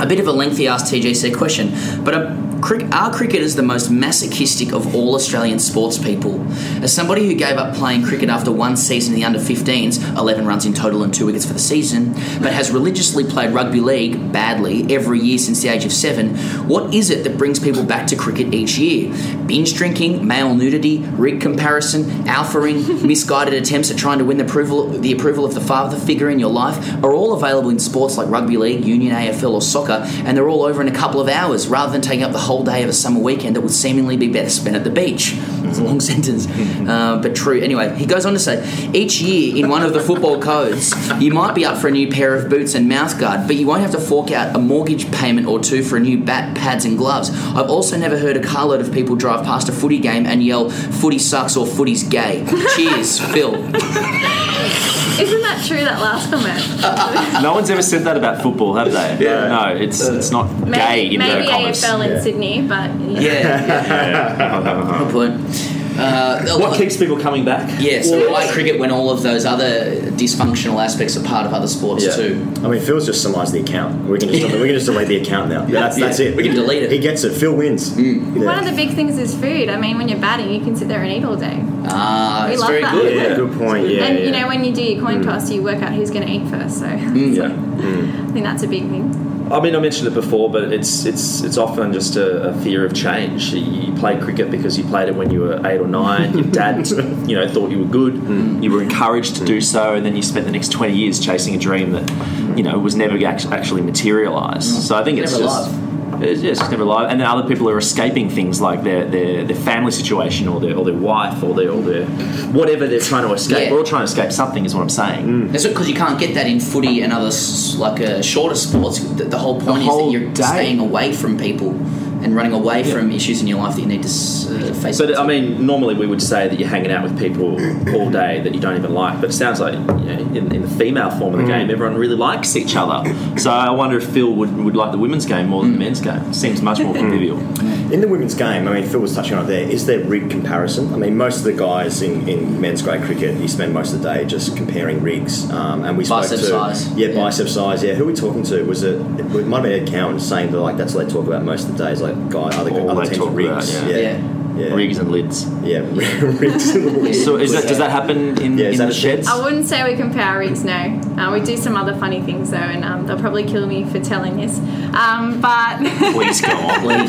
Speaker 6: a bit of a lengthy asked TGC question, but are, crick- are cricketers the most masochistic of all Australian sports people? As somebody who gave up playing cricket after one season in the under 15s, 11 runs in total and two wickets for the season, but has religiously played rugby league badly every year since the age of seven, what is it that brings people back to cricket each year? Binge drinking, male nudity, rig comparison, alphaing, misguided attempts at trying to win the approval, the approval of the father figure in your life are all available in sports like rugby league, union, AFL, or soccer, and they're all over in a couple of hours rather than taking up the whole day of a summer weekend that would seemingly be better spent at the beach. It's a long sentence, uh, but true. Anyway, he goes on to say each year in one of the football codes, you might be up for a new pair of boots and mouthguard, but you won't have to fork out a mortgage payment or two for a new bat, pads, and gloves. I've also never heard a carload of people drive past a footy game and yell, footy sucks or footy's gay. Cheers, Phil.
Speaker 7: Isn't that true? That last comment.
Speaker 8: no one's ever said that about football, have they? Yeah. No, it's it's not gay
Speaker 7: Maybe,
Speaker 8: in
Speaker 7: maybe
Speaker 8: the commas.
Speaker 7: AFL in Sydney, but yeah.
Speaker 8: yeah.
Speaker 6: Good point. Uh, what keeps
Speaker 8: people coming back?
Speaker 6: Yeah, so why cricket when all of those other dysfunctional aspects are part of other sports too?
Speaker 5: I mean, Phil's just summarised the account. We can just we can just delete the account now.
Speaker 6: Yeah.
Speaker 5: That's that's
Speaker 6: Yeah.
Speaker 5: it.
Speaker 6: We can delete it.
Speaker 5: He gets it. Phil wins.
Speaker 8: Mm.
Speaker 5: Yeah.
Speaker 7: One of the big things is food. I mean, when you're batting, you can sit there and eat all day.
Speaker 6: Ah,
Speaker 7: We it's love very that. good.
Speaker 5: Yeah, good point. Yeah,
Speaker 7: and
Speaker 5: yeah. Mm.
Speaker 7: you know, when you do your coin toss, you work out who's going to eat first. So
Speaker 8: Yeah.
Speaker 7: I think that's a big thing.
Speaker 9: I mean, I mentioned it before, but it's it's it's often just a, a fear of change. You, you play cricket because you played it when you were eight or nine. Your dad, you know, thought you were good.
Speaker 6: Mm.
Speaker 8: You were encouraged to do so, and then you spent the next twenty years chasing a dream that you know was never act- actually materialised. So I think it's
Speaker 6: Mm. Never
Speaker 8: just. It's yeah, it's just never alive, and then other people are escaping things like their, their, their family situation, or their or their wife, or their or their whatever they're trying to escape.
Speaker 6: Yeah. Mm.
Speaker 8: We're all trying to escape something, is what I'm saying.
Speaker 6: That's because you can't get that in footy and other s- like uh, shorter sports. The, the whole point is that you're staying away from people and running away from issues in your life that you need to s- uh, face.
Speaker 9: But I mean, normally we would say that you're hanging out with people all day that you don't even like. But it sounds like you know, in, in the female form of the
Speaker 8: Mm.
Speaker 9: game, everyone really likes each other.
Speaker 8: So I wonder if Phil would, would like the women's game more than the men's game. Seems much more convivial.
Speaker 5: In the women's game, I mean, Phil was touching on it there. Is there rig comparison? I mean, most of the guys in, in men's grade cricket, you spend most of the day just comparing rigs. Um, and we spoke
Speaker 6: Bicep
Speaker 5: to
Speaker 6: size.
Speaker 5: yeah, bicep size. Yeah, who were we talking to? Was it? It might have been Ed Cowan saying that like that's what they talk about most of the days. Like guy, other,
Speaker 8: All
Speaker 5: other
Speaker 8: they
Speaker 5: teams
Speaker 8: talk
Speaker 5: with rigs.
Speaker 8: about, yeah.
Speaker 5: yeah. Yeah.
Speaker 8: Rigs and lids.
Speaker 5: Yeah, rigs and lids.
Speaker 8: So is that does that happen in,
Speaker 5: Yeah, is
Speaker 8: in
Speaker 5: that
Speaker 8: the
Speaker 5: a-
Speaker 8: sheds?
Speaker 7: I wouldn't say we compare our rigs, no. Uh, we do some other funny things, though, and um, they'll probably kill me for telling this. Um, but
Speaker 8: Please go on.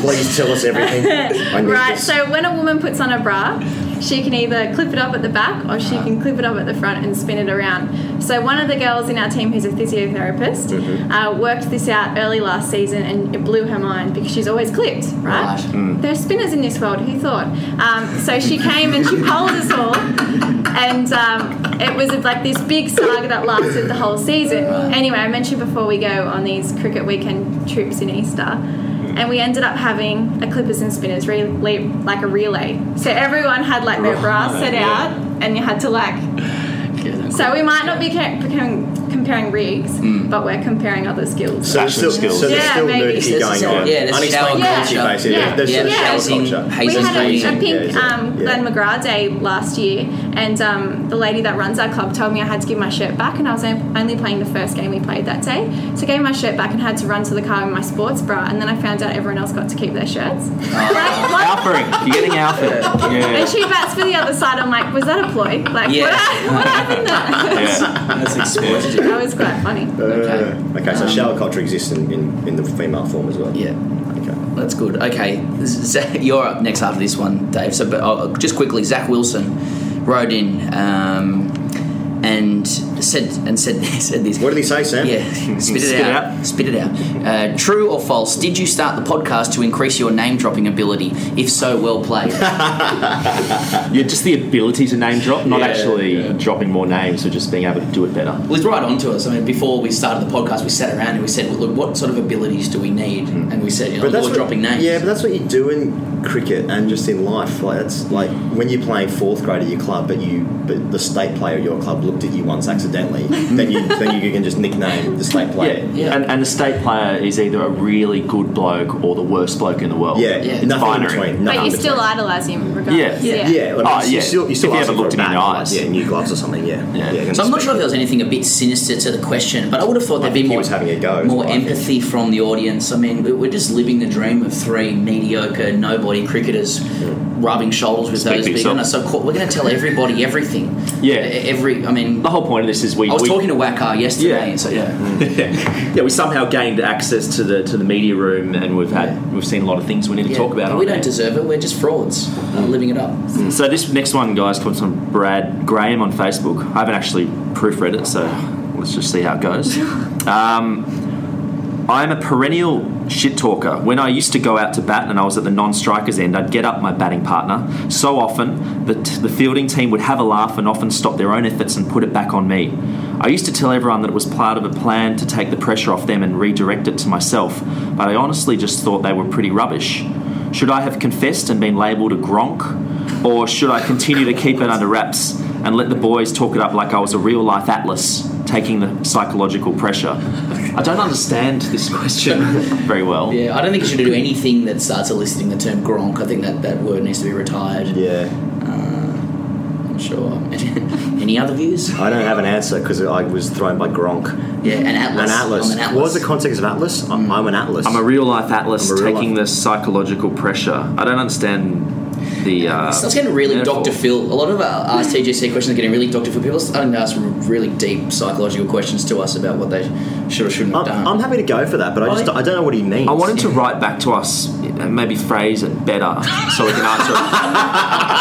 Speaker 5: Please, tell us everything. I need
Speaker 7: right,
Speaker 5: this.
Speaker 7: so when a woman puts on a bra, she can either clip it up at the back or she can clip it up at the front and spin it around. So one of the girls in our team who's a physiotherapist uh, worked this out early last season and it blew her mind because she's always clipped, right? There are spinners in this world, who thought? Um, so she came and she polled us all, and um, it was like this big saga that lasted the whole season. Anyway, I mentioned before we go on these cricket weekend trips in Easter, and we ended up having a clippers and spinners relay, like a relay. So everyone had like their bra
Speaker 10: Right,
Speaker 7: set
Speaker 10: yeah.
Speaker 7: out, and you had to like. So we might not be ca- comparing, comparing rigs, but we're comparing other skills.
Speaker 5: So there's still, so there's
Speaker 7: Yeah,
Speaker 5: still
Speaker 7: maybe.
Speaker 5: nudity going on.
Speaker 6: Yeah, there's
Speaker 5: Unexplained
Speaker 6: shower
Speaker 5: nudity,
Speaker 6: culture.
Speaker 5: basically.
Speaker 6: Yeah,
Speaker 5: There's
Speaker 6: yeah,
Speaker 5: still
Speaker 6: yeah.
Speaker 5: shower
Speaker 6: Hazing-
Speaker 5: culture.
Speaker 6: hazing
Speaker 7: we had a, a
Speaker 6: hazing.
Speaker 7: pink
Speaker 5: Yeah,
Speaker 7: um, Glenn McGrath day last year, and um, the lady that runs our club told me I had to give my shirt back, and I was on- only playing the first game we played that day. So I gave my shirt back and had to run to the car in my sports bra, and then I found out everyone else got to keep their shirts.
Speaker 8: Alphering. You're getting alphering.
Speaker 7: And
Speaker 8: Yeah.
Speaker 7: she bats for the other side. I'm like, was that a ploy? Like, what, what happened there?
Speaker 8: That's explosive.
Speaker 7: that was quite funny.
Speaker 5: Okay. Okay, so
Speaker 6: Um,
Speaker 5: shower culture exists in, in, in the female form as well.
Speaker 6: Yeah.
Speaker 5: Okay.
Speaker 6: That's good. Okay, Zach, you're up next after this one, Dave. So, but uh, just quickly, Zach Wilson wrote in um, and said and said said this. What
Speaker 5: did he say, Sam?
Speaker 6: Yeah, spit it
Speaker 5: Spit it
Speaker 6: out. Spit it out. Uh, true or false? Did you start the podcast to increase your name dropping ability? If so, well played.
Speaker 8: Yeah, just the ability to name drop, not
Speaker 6: Yeah,
Speaker 8: actually dropping more names, but just being able to do it better.
Speaker 6: Well, it's right onto us. I mean, before we started the podcast, we sat around and we said, well, "Look, what sort of abilities do we need?" And we said, "You know, we're
Speaker 5: what,
Speaker 6: dropping names."
Speaker 5: Yeah, Hmm. but that's what you do in cricket and just in life. Like that's like when you're playing fourth grade at your club, but you but the state player at your club looked at you once accidentally, then you then you can just nickname the state player.
Speaker 8: Yeah, And, and the state player is either a really good bloke or the worst bloke in the world.
Speaker 5: Yeah,
Speaker 8: It's
Speaker 5: nothing in
Speaker 8: binary.
Speaker 5: between,
Speaker 7: but you still idolise him
Speaker 8: Yeah.
Speaker 7: regardless.
Speaker 8: oh, yeah. if you haven't looked him in the eyes.
Speaker 5: Yeah, new gloves or something. Yeah. Yeah.
Speaker 6: So I'm not sure if there was anything a bit sinister to the question, but I would have thought there'd be more, more empathy from the audience. I mean, we- we're just living the dream of three mediocre, nobody cricketers
Speaker 5: Hmm.
Speaker 6: rubbing shoulders with
Speaker 8: Speak
Speaker 6: those
Speaker 8: for
Speaker 6: big.
Speaker 8: yourself.
Speaker 6: no, So co- we're going to tell everybody everything. E,
Speaker 8: Yeah.
Speaker 6: Every, I mean,
Speaker 8: the whole point of this is we.
Speaker 6: I was
Speaker 8: we-
Speaker 6: talking
Speaker 8: Mm-hmm.
Speaker 6: to Wackar yesterday, so yeah.
Speaker 8: yeah. we somehow gained access to the to the media room, and we've had we've seen a lot of things we need to
Speaker 6: Yeah,
Speaker 8: talk about. Mm-hmm.
Speaker 6: but
Speaker 8: on
Speaker 6: we
Speaker 8: air.
Speaker 6: don't deserve it. We're just frauds, uh, living it up.
Speaker 8: So this next one, guys, comes from Brad Graham on Facebook. I haven't actually proofread it, so let's just see how it goes. Um, I'm a perennial shit talker. When I used to go out to bat and I was at the non-strikers end, I'd get up my batting partner. So often, the, t- the fielding team would have a laugh and often stop their own efforts and put it back on me. I used to tell everyone that it was part of a plan to take the pressure off them and redirect it to myself, but I honestly just thought they were pretty rubbish. Should I have confessed and been labelled a gronk, or should I continue to keep it under wraps and let the boys talk it up like I was a real life atlas, taking the psychological pressure? I don't understand this question very well.
Speaker 6: Yeah, I don't think you should do anything that starts eliciting the term gronk. I think that that word needs to be retired.
Speaker 5: Yeah.
Speaker 6: Uh, sure. Any other views?
Speaker 5: I don't have an answer because I was thrown by Gronk.
Speaker 6: Yeah, an atlas.
Speaker 5: An atlas.
Speaker 6: I'm an atlas. Hmm.
Speaker 5: What was the context of atlas? I'm, I'm an atlas.
Speaker 8: I'm a real life atlas
Speaker 5: I'm a real
Speaker 8: taking the psychological pressure. I don't understand the. Uh,
Speaker 6: So it's getting really
Speaker 8: metaphor.
Speaker 6: Dr. Phil. A lot of uh, our
Speaker 5: Hmm.
Speaker 6: our TGC questions are getting really Dr. Phil. People are starting to ask really deep psychological questions to us about what they should or shouldn't have done.
Speaker 5: I'm happy to go for that, but I just I don't know what he means.
Speaker 8: I want him to write back to us, and maybe phrase it better so we can answer it.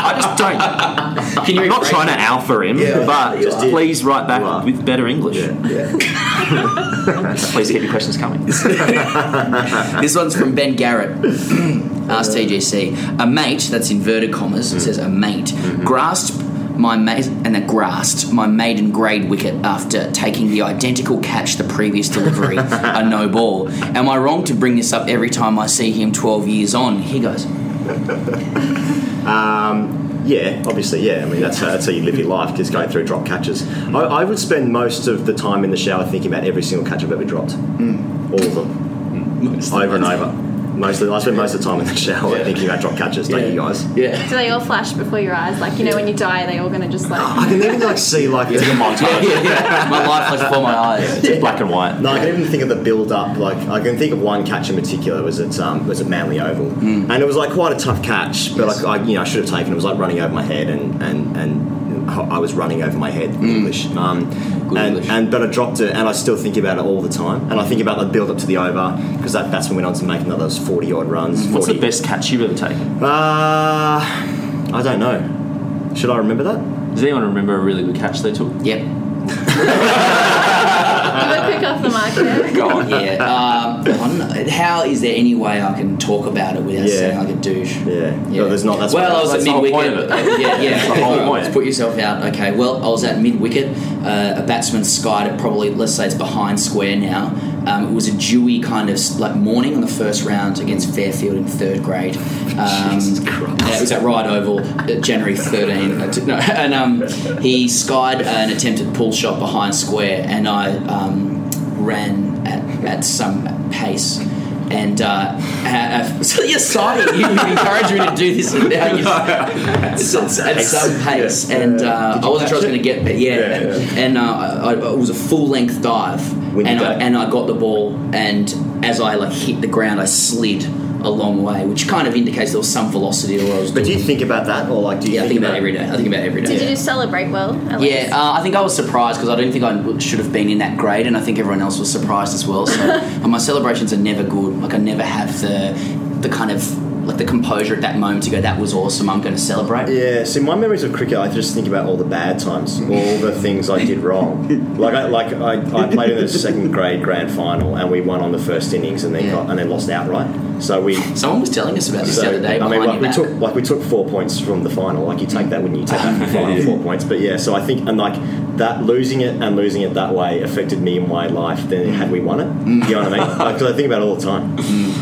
Speaker 8: I just don't. I'm not trying to alpha him,
Speaker 5: Yeah,
Speaker 8: but
Speaker 5: you are.
Speaker 8: please write back with better English. please keep your questions coming.
Speaker 6: this one's from Ben Garrett. Asked TGC. A mate, that's inverted commas, it says a mate, grasped my mate and that grasped my maiden grade wicket after taking the identical catch the previous delivery, a no ball. Am I wrong to bring this up every time I see him 12 years on? He goes,
Speaker 5: Um, yeah, obviously, yeah. I mean, that's how, that's how you live your life, just going through drop catches. I, I would spend most of the time in the shower thinking about every single catch I've ever dropped,
Speaker 6: Hmm.
Speaker 5: all of
Speaker 8: Hmm.
Speaker 5: them, over and over. Mostly, I spend most of the time in the shower thinking about drop catches. Don't you guys?
Speaker 6: Yeah.
Speaker 7: Do they all flash before your eyes? Like you know, when you die, are they all going to just
Speaker 5: I
Speaker 7: like.
Speaker 5: can even like see like it's a montage.
Speaker 6: My life was before my eyes.
Speaker 8: It's black and white.
Speaker 5: No, I can even think of the build up. Like I can think of one catch in particular. It was at um, it was at Manly Oval,
Speaker 6: Mm.
Speaker 5: and it was like quite a tough catch. But like I, you know, I should have taken. It It was like running over my head, and and and I was running over my head.
Speaker 6: Mm.
Speaker 5: in English. Um, and, and but I dropped it, and I still think about it all the time. And I think about the build up to the over because that batsman went on to make another forty odd runs. 40.
Speaker 8: What's the best catch you've ever taken?
Speaker 5: Uh, I don't know. Should I remember that?
Speaker 8: Does anyone remember a really good catch they took?
Speaker 6: Yep.
Speaker 7: We're quick off the mark there.
Speaker 6: God, yeah. Um, I don't know. how is there any way I can talk about it without
Speaker 5: Yeah.
Speaker 6: sounding like a douche?
Speaker 5: Yeah. No, there's not. That's
Speaker 6: well, I was at
Speaker 5: that's the
Speaker 6: mid
Speaker 5: whole point
Speaker 6: wicket.
Speaker 5: of it.
Speaker 6: yeah, yeah.
Speaker 5: That's the whole
Speaker 6: Alright,
Speaker 5: point.
Speaker 6: Let's put yourself out. Okay. Well, I was at mid wicket. Uh, a batsman skied it probably. Let's say it's behind square now. Um, it was a dewy kind of s- like morning on the first round against Fairfield in third grade. Um, yeah, it was at Ryde Oval, uh, January 13. Uh, t- no, and um, he skied an attempted pull shot behind square, and I um, ran at, at some pace. And uh, uh, uh, so you're signing. You, you encourage me to do this, and now you at some pace. At some pace. And uh, I wasn't sure I was going to get there. Yeah. And uh, I, I, it was a full length dive,
Speaker 5: When you
Speaker 6: and I,
Speaker 5: dive.
Speaker 6: and I got the ball, and as I like hit the ground, I slid a long way, which kind of indicates there was some velocity. Or I was.
Speaker 5: But do
Speaker 6: doing.
Speaker 5: you think about that, or like do you
Speaker 6: Yeah, I
Speaker 5: think,
Speaker 6: think about it every day. I think about it every day.
Speaker 7: Did you just celebrate well? At
Speaker 6: Yeah,
Speaker 7: least?
Speaker 6: uh, I think I was surprised because I don't think I should have been in that grade, and I think everyone else was surprised as well. So, and my celebrations are never good. Like I never have the the kind of like the composure at that moment to go, "That was awesome. I'm going to celebrate."
Speaker 5: Yeah, see, my memories of cricket, I just think about all the bad times, all the things I did wrong. Like, I, like I, I played in the second grade grand final, and we won on the first innings, and then got, and then lost outright. So we.
Speaker 6: Someone was telling us about this the other day.
Speaker 5: I mean,
Speaker 6: behind
Speaker 5: like
Speaker 6: your
Speaker 5: we
Speaker 6: back.
Speaker 5: took like we took four points from the final. Like you take that when you take that from the final four points. But yeah, so I think and like that losing it and losing it that way affected me in my life than had we won it. You know what I mean? Because I think about it all the time.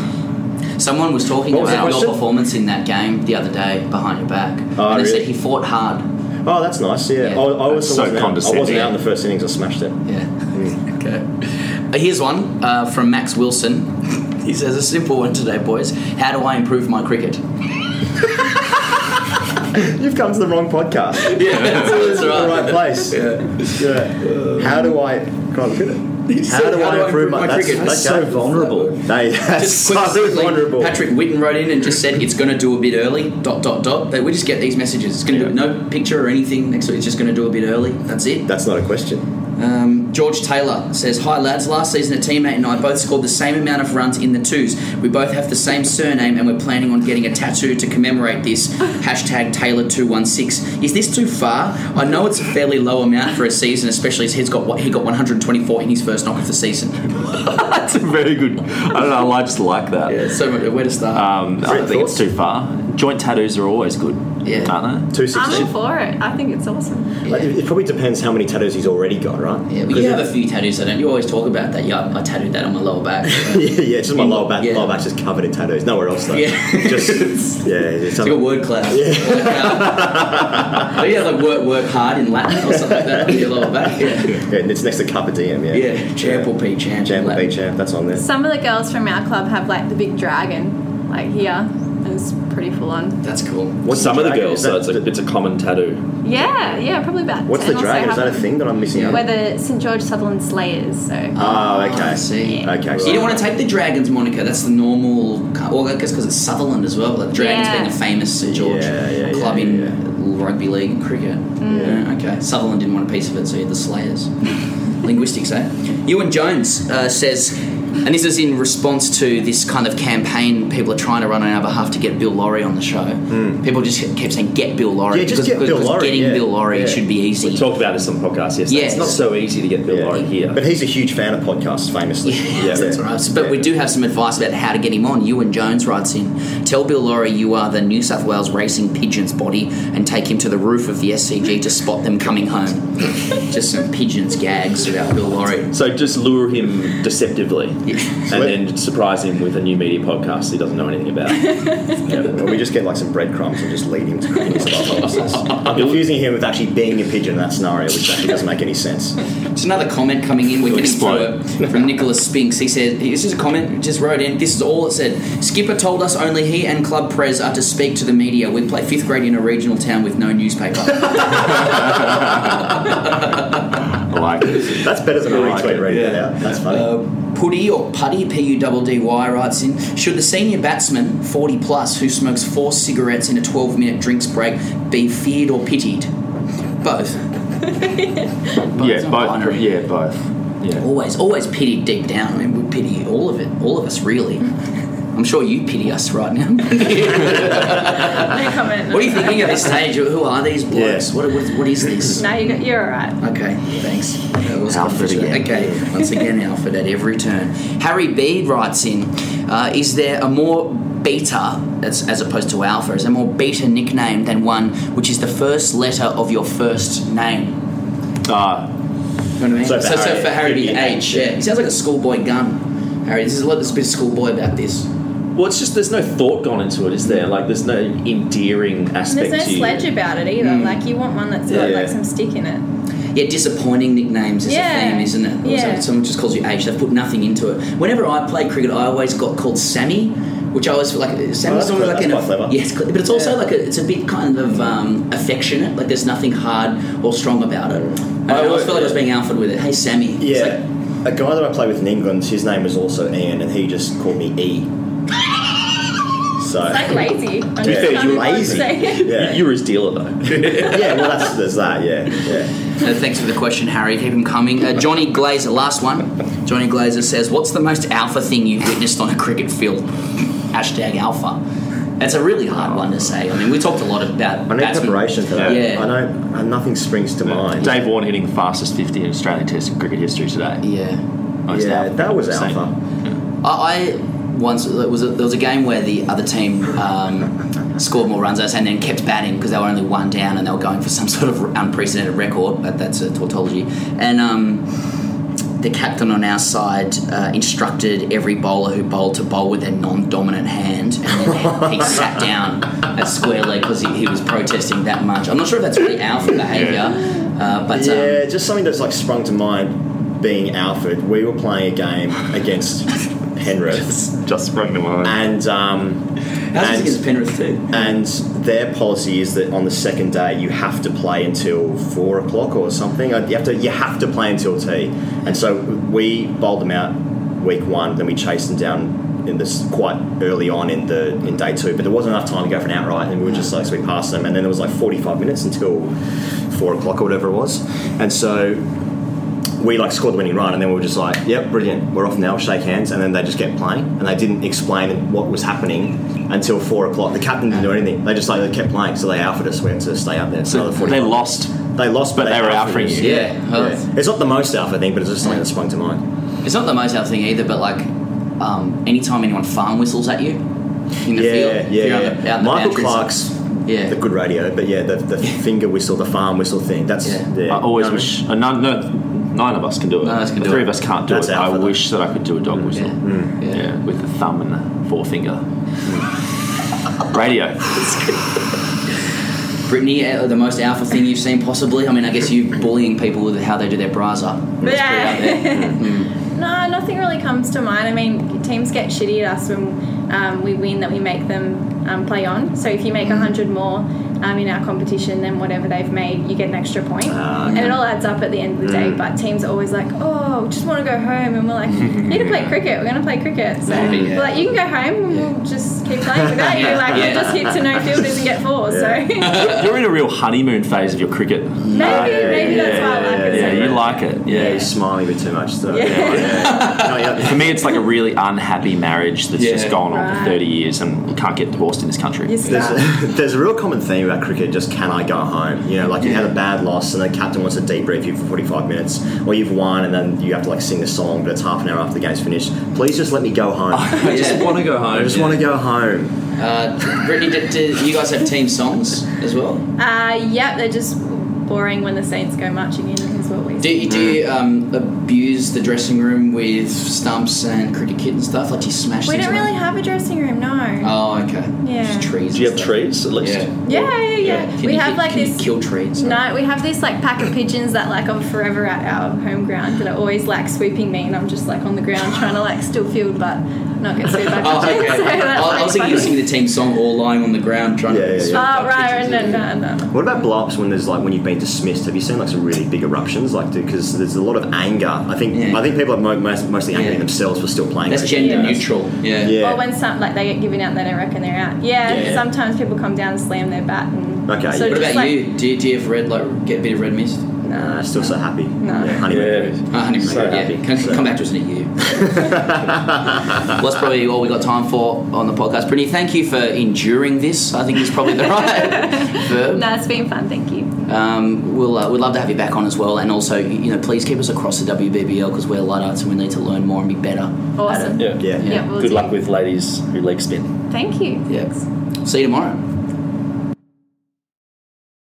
Speaker 6: Someone was talking
Speaker 5: What was the
Speaker 6: about your
Speaker 5: question? Oh,
Speaker 6: performance in that game the other day behind your back, and they
Speaker 5: really?
Speaker 6: said he fought hard.
Speaker 5: oh, that's nice. Yeah, I, I
Speaker 6: That's
Speaker 5: was wasn't
Speaker 6: so
Speaker 5: out. I wasn't
Speaker 6: condescending.
Speaker 5: out in the first innings. I smashed it. Hmm.
Speaker 6: Yeah. okay. Uh, Here's one uh, from Max Wilson. He says a simple one today, boys. How do I improve my cricket?
Speaker 5: You've come to the wrong podcast.
Speaker 6: Yeah, that's- that's
Speaker 5: the
Speaker 6: right.
Speaker 5: right place. Yeah. How do I? God, look at it.
Speaker 6: He
Speaker 5: How
Speaker 6: said,
Speaker 5: do I improve my? That's,
Speaker 6: cricket?
Speaker 5: that's so vulnerable. They, that's
Speaker 6: Just quick,
Speaker 5: so
Speaker 6: quickly,
Speaker 5: vulnerable.
Speaker 6: Patrick Witten wrote in and just said it's going to do a bit early. Dot dot dot. That- We just get these messages. It's going to do no picture or anything next week. It's just going to do a bit early. That's it.
Speaker 5: That's not a question.
Speaker 6: Um, George Taylor says, "Hi lads. Last season, a teammate and I both scored the same amount of runs in the twos. We both have the same surname, and we're planning on getting a tattoo to commemorate this." Hashtag Taylor two one six. Is this too far? I know it's a fairly low amount for a season, especially as he's got what he got one hundred twenty four in his first knock of the season.
Speaker 8: That's a very good. I don't know. I just like that. Yeah.
Speaker 6: So where to start?
Speaker 8: Um, I don't think it's too far. Joint tattoos are always good.
Speaker 6: Yeah.
Speaker 8: Aren't they?
Speaker 5: Two
Speaker 7: I'm all for it. I think it's awesome.
Speaker 5: Like, it, it probably depends how many tattoos he's already got, right?
Speaker 6: Yeah, but you have a few tattoos, I don't. You always talk about that. Yeah, I tattooed that on my lower back.
Speaker 5: yeah, yeah, just my lower back. Lower back's just covered in tattoos. Nowhere else though.
Speaker 6: Yeah.
Speaker 5: just yeah. It's,
Speaker 6: It's like a word cloud. Yeah. but yeah, like work, work hard in Latin or something like that on your lower back. Yeah.
Speaker 5: Yeah, it's next to Cup of DM, yeah.
Speaker 6: Yeah, champ or P champ.
Speaker 5: Champ or P champ, that's on there.
Speaker 7: Some of the girls from our club have like the big dragon, like here, and it's pretty full on.
Speaker 6: That's cool.
Speaker 9: What's some of the girls? So it's a, it's a common tattoo.
Speaker 7: Yeah, yeah, probably about.
Speaker 9: What's
Speaker 7: 10
Speaker 9: the
Speaker 7: or so
Speaker 9: dragon? Is
Speaker 7: have
Speaker 9: that a
Speaker 7: it.
Speaker 9: thing that I'm missing out?
Speaker 7: We're the St George Sutherland Slayers, so.
Speaker 9: Ah.
Speaker 5: Oh, okay. I
Speaker 6: see.
Speaker 5: Okay.
Speaker 6: You don't want to take the dragons, Monica. That's the normal. Well, I guess because it's Sutherland as well. Like dragons
Speaker 7: Yeah.
Speaker 6: being a famous Sir George club in rugby league and cricket.
Speaker 7: Mm.
Speaker 6: Yeah, okay. Sutherland didn't want a piece of it, so he had the Slayers. Linguistics, eh? Ewan Jones uh, says, and this is in response to this kind of campaign people are trying to run on our behalf to get Bill Laurie on the show. People just kept saying, "Get Bill Laurie."
Speaker 9: Hmm. Yeah, just
Speaker 6: because,
Speaker 9: get Bill
Speaker 6: because
Speaker 9: Laurie,
Speaker 6: Getting
Speaker 9: yeah.
Speaker 6: Bill Laurie
Speaker 9: Yeah.
Speaker 6: should be easy.
Speaker 9: We talked about this on the podcast yesterday.
Speaker 6: Yeah.
Speaker 9: It's not so easy to get Bill Laurie here.
Speaker 5: But he's a huge fan of podcasts, famously.
Speaker 6: Yeah, that's right. But we do have some advice about how to get him on. Ewan Jones writes in Tell Bill Laurie you are the New South Wales racing pigeon's body and take him to the roof of the SCG to spot them coming home. Just some pigeons gags about Bill Laurie.
Speaker 9: So just lure him deceptively, and then surprise him with a new media podcast he doesn't know anything about.
Speaker 5: Or we just get like some breadcrumbs and just lead him to creating stuff. I'm confusing him with actually being a pigeon in that scenario, which actually doesn't make any sense.
Speaker 6: It's another comment coming in. We're getting through it from Nicholas Spinks. He said, "This is a comment. he Just wrote in. This is all it said. Skipper told us only he and club pres are to speak to the media. We play fifth grade in a regional town with no newspaper."
Speaker 8: I like it.
Speaker 5: That's better than a retweet reading it out. That's funny.
Speaker 8: Um,
Speaker 6: Putty or Putty, P U D D Y, writes in Should the senior batsman, 40 plus, who smokes four cigarettes in a 12 minute drinks break, be feared or pitied? Both.
Speaker 8: yeah, both. Yeah, both. Yeah.
Speaker 6: Always, always pitied deep down. I mean, we pity all of it, all of us, really. I'm sure you pity us right now.
Speaker 7: Oh, comment.
Speaker 6: What are you thinking at this stage? Who are these blokes? What, what, what is this?
Speaker 7: No, you got, you're alright.
Speaker 6: Okay, thanks. That was Alfred again. Okay, once again, Alfred at every turn. Harry B writes in uh, Is there a more beta, that's as opposed to alpha, is there a more beta nickname than one which is the first letter of your first name? you
Speaker 8: Ah.
Speaker 6: know what I mean?
Speaker 8: So
Speaker 6: So,
Speaker 8: for
Speaker 6: so
Speaker 8: Harry,
Speaker 6: for Harry, it'd be
Speaker 8: it'd be
Speaker 6: H, yeah. He sounds like a schoolboy gun. Harry, this is a lot of bit schoolboy about this.
Speaker 9: Well, it's just there's no thought gone into it, is there? Like there's no endearing
Speaker 7: And
Speaker 9: aspect
Speaker 7: there's no
Speaker 9: to you.
Speaker 7: sledge about it either.
Speaker 9: Mm.
Speaker 7: Like you want one that's got
Speaker 9: Yeah.
Speaker 7: like some stick in it.
Speaker 6: Yeah, disappointing nicknames is
Speaker 7: Yeah.
Speaker 6: a theme, isn't it? Also,
Speaker 7: Yeah.
Speaker 6: someone just calls you H. They've put nothing into it. Whenever I played cricket, I always got called Sammy, which I always feel like Sammy
Speaker 5: Oh, that's clever.
Speaker 6: normally like
Speaker 5: That's
Speaker 6: an
Speaker 5: quite clever.
Speaker 6: yes, but it's also like a, it's a bit kind of um, affectionate. Like there's nothing hard or strong about it. And I, always felt like I was being alpha with it. Hey, Sammy. It's like,
Speaker 5: Yeah. A guy that I play with in England, his name was also Ian, and he just called me E. So
Speaker 7: It's like lazy. I'm
Speaker 5: To be
Speaker 7: just
Speaker 5: fair,
Speaker 7: trying
Speaker 5: you
Speaker 7: to
Speaker 5: were lazy.
Speaker 7: say.
Speaker 5: Yeah.
Speaker 9: You were his dealer though.
Speaker 5: yeah, well, that's there's that. Yeah, yeah.
Speaker 6: Uh, thanks for the question, Harry. Keep them coming. Uh, Johnny Glazer, last one. Johnny Glazer says, "What's the most alpha thing you've witnessed on a cricket field?" Hashtag alpha. That's a really hard one to say. I mean, we talked a lot about.
Speaker 5: I need
Speaker 6: batsmen.
Speaker 5: preparation for that.
Speaker 6: Yeah.
Speaker 5: I don't. I, nothing springs to mind.
Speaker 8: Dave Warne hitting the fastest 50 in Australian Test cricket history today.
Speaker 6: Yeah.
Speaker 8: Most
Speaker 5: Yeah,
Speaker 8: alpha.
Speaker 5: that was
Speaker 8: Same.
Speaker 5: alpha.
Speaker 6: I, I once there was a, there was a game where the other team um, scored more runs, I was saying, and then kept batting because they were only one down and they were going for some sort of unprecedented record. But that's a tautology. And um, the captain on our side uh, instructed every bowler who bowled to bowl with their non-dominant hand, and then he sat down at square leg because he, he was protesting that much. I'm not sure if that's really alpha behaviour, uh, but um,
Speaker 5: yeah, just something that's like sprung to mind. Being Alfred, we were playing a game against Penrith. Just,
Speaker 9: sprung to mind.
Speaker 5: And um,
Speaker 6: How's this against Penrith too?
Speaker 5: And their policy is that on the second day you have to play until four o'clock or something. Uh, You have to you have to play until tea. And so we bowled them out week one, then we chased them down in this quite early on in the in day two, but there wasn't enough time to go for an outright, and we were just like so we passed them, and then there was like forty five minutes until four o'clock or whatever it was, and so we like scored the winning run, and then we were just like, "Yep, brilliant, we're off now, shake hands," and then they just kept playing, and they didn't explain what was happening until four o'clock. The captain didn't do anything; they just like they kept playing, so they offered us we had to stay up there. So another 45.
Speaker 8: they lost.
Speaker 5: They lost,
Speaker 8: But they were
Speaker 5: alphaing
Speaker 8: alphaing
Speaker 5: us.
Speaker 8: you.
Speaker 5: Yeah,
Speaker 6: Yeah.
Speaker 5: yeah. it's not the most alpha thing, but it's just something that sprung to mind.
Speaker 6: It's not the most healthy thing either, but like um, anytime anyone farm whistles at you in the
Speaker 5: yeah,
Speaker 6: field,
Speaker 5: yeah,
Speaker 6: if you're out
Speaker 5: yeah.
Speaker 6: the- out the
Speaker 5: Michael
Speaker 6: boundaries-
Speaker 5: Clark's
Speaker 6: yeah.
Speaker 5: the good radio, but yeah, the, the finger whistle, the farm whistle thing. That's yeah.
Speaker 8: I always wish. Uh, none, no, nine of us can do it.
Speaker 6: None of us can
Speaker 8: the
Speaker 6: do
Speaker 8: three
Speaker 6: it.
Speaker 8: of us can't do
Speaker 6: That's
Speaker 8: it.
Speaker 6: alpha,
Speaker 8: I
Speaker 6: though.
Speaker 8: wish that I could do a dog whistle.
Speaker 5: Mm.
Speaker 8: Yeah. with the thumb and the forefinger. Radio.
Speaker 6: Brittany, uh, the most alpha thing you've seen possibly. I mean, I guess you bullying people with how they do their bras up. That's pretty out there.
Speaker 7: Yeah.
Speaker 6: Mm.
Speaker 7: No, nothing really comes to mind. I mean, teams get shitty at us when um, we win that we make them um, play on. So if you make a 100 more um, in our competition than whatever they've made, you get an extra point.
Speaker 10: Ah,
Speaker 7: And
Speaker 10: okay.
Speaker 7: it all adds up at the end of the day.
Speaker 10: Mm.
Speaker 7: But teams are always like, oh, just want to go home. And we're like, you need to play cricket. We're going to play cricket. So
Speaker 6: Yeah.
Speaker 7: we're like, you can go home and we'll just keep playing without you. Like,
Speaker 8: Yeah.
Speaker 7: we'll just hit to no fielders and get four. So.
Speaker 8: You're- You're in a real honeymoon phase of your cricket. Maybe,
Speaker 7: maybe
Speaker 8: yeah,
Speaker 7: that's why I like
Speaker 8: yeah,
Speaker 7: it so
Speaker 8: Yeah, you like it. Yeah,
Speaker 5: you smile a bit too much. So.
Speaker 7: Yeah.
Speaker 8: For me, it's like a really unhappy marriage that's
Speaker 5: Yeah.
Speaker 8: just gone on
Speaker 5: Right.
Speaker 8: for 30 years and can't get divorced in this country.
Speaker 5: There's a, there's a real common theme about cricket, just can I go home? You know, like you had a bad loss and the captain wants to debrief you for 45 minutes, or you've won and then you have to like sing the song, but it's half an hour after the game's finished. Please just let me go home. I
Speaker 6: just
Speaker 5: want to go home. I just want to go home.
Speaker 6: Uh, Brittany, did, did you guys have team songs as well?
Speaker 7: Uh, yep, they're just boring when the Saints go marching in, is what we
Speaker 6: Do, do you
Speaker 5: Mm.
Speaker 6: um, abuse the dressing room with stumps and cricket kit and stuff? Like, do you smash
Speaker 7: We
Speaker 6: things
Speaker 7: don't
Speaker 6: around?
Speaker 7: really have a dressing room, no.
Speaker 6: Oh, okay.
Speaker 7: Yeah.
Speaker 6: Just trees. Do you have trees at least? Yeah.
Speaker 7: Yeah, yeah, yeah.
Speaker 6: Can
Speaker 7: We
Speaker 6: you
Speaker 7: have
Speaker 6: ki-
Speaker 7: like
Speaker 6: can
Speaker 7: this.
Speaker 6: You kill trees.
Speaker 7: No, we have this like pack of pigeons that like are forever at our home ground that are always like swooping me, and I'm just like on the ground trying to like still field, but not get swooped by
Speaker 6: Oh,
Speaker 7: pigeons.
Speaker 6: okay.
Speaker 7: So
Speaker 6: I,
Speaker 7: that's
Speaker 6: I was
Speaker 7: like
Speaker 6: thinking you were
Speaker 7: funny.
Speaker 6: singing the team song or lying on the ground trying to.
Speaker 5: yeah, yeah.
Speaker 7: Oh right, no, no, no. no.
Speaker 5: What about blow ups when there's like when you've been dismissed? Have you seen like some really big eruptions? Like, because there's a lot of anger. I think I think people are mo- most, mostly angry at themselves for still playing.
Speaker 6: That's
Speaker 5: cricket.
Speaker 6: gender neutral. Yeah.
Speaker 7: Or Oh, when some like they get given out, they don't reckon they're out. Yeah,
Speaker 6: Yeah.
Speaker 7: sometimes people come down and slam their bat. And So
Speaker 6: what
Speaker 7: just
Speaker 6: about
Speaker 7: like,
Speaker 6: you? Do, you? do you have red like get a bit of red mist?
Speaker 5: Nah, still so happy.
Speaker 7: No.
Speaker 5: Yeah, honeymoon.
Speaker 6: Ah, honeymoon,
Speaker 5: So
Speaker 6: yeah.
Speaker 5: happy.
Speaker 6: Come, come back to us in a year. well, that's probably all we got time for on the podcast. Brittany, thank you for enduring this. I think is probably the right verb.
Speaker 7: No, it's been fun. Thank you.
Speaker 6: Um, we'll, uh, we'd love to have you back on as well, and also you know please keep us across the WBBL because we're lightarts and we need to learn more and be better.
Speaker 7: Awesome.
Speaker 9: Yeah.
Speaker 7: Yeah, we'll
Speaker 9: Good
Speaker 7: do.
Speaker 9: luck with ladies who leg spin.
Speaker 7: Thank you.
Speaker 6: Yeah. See you tomorrow.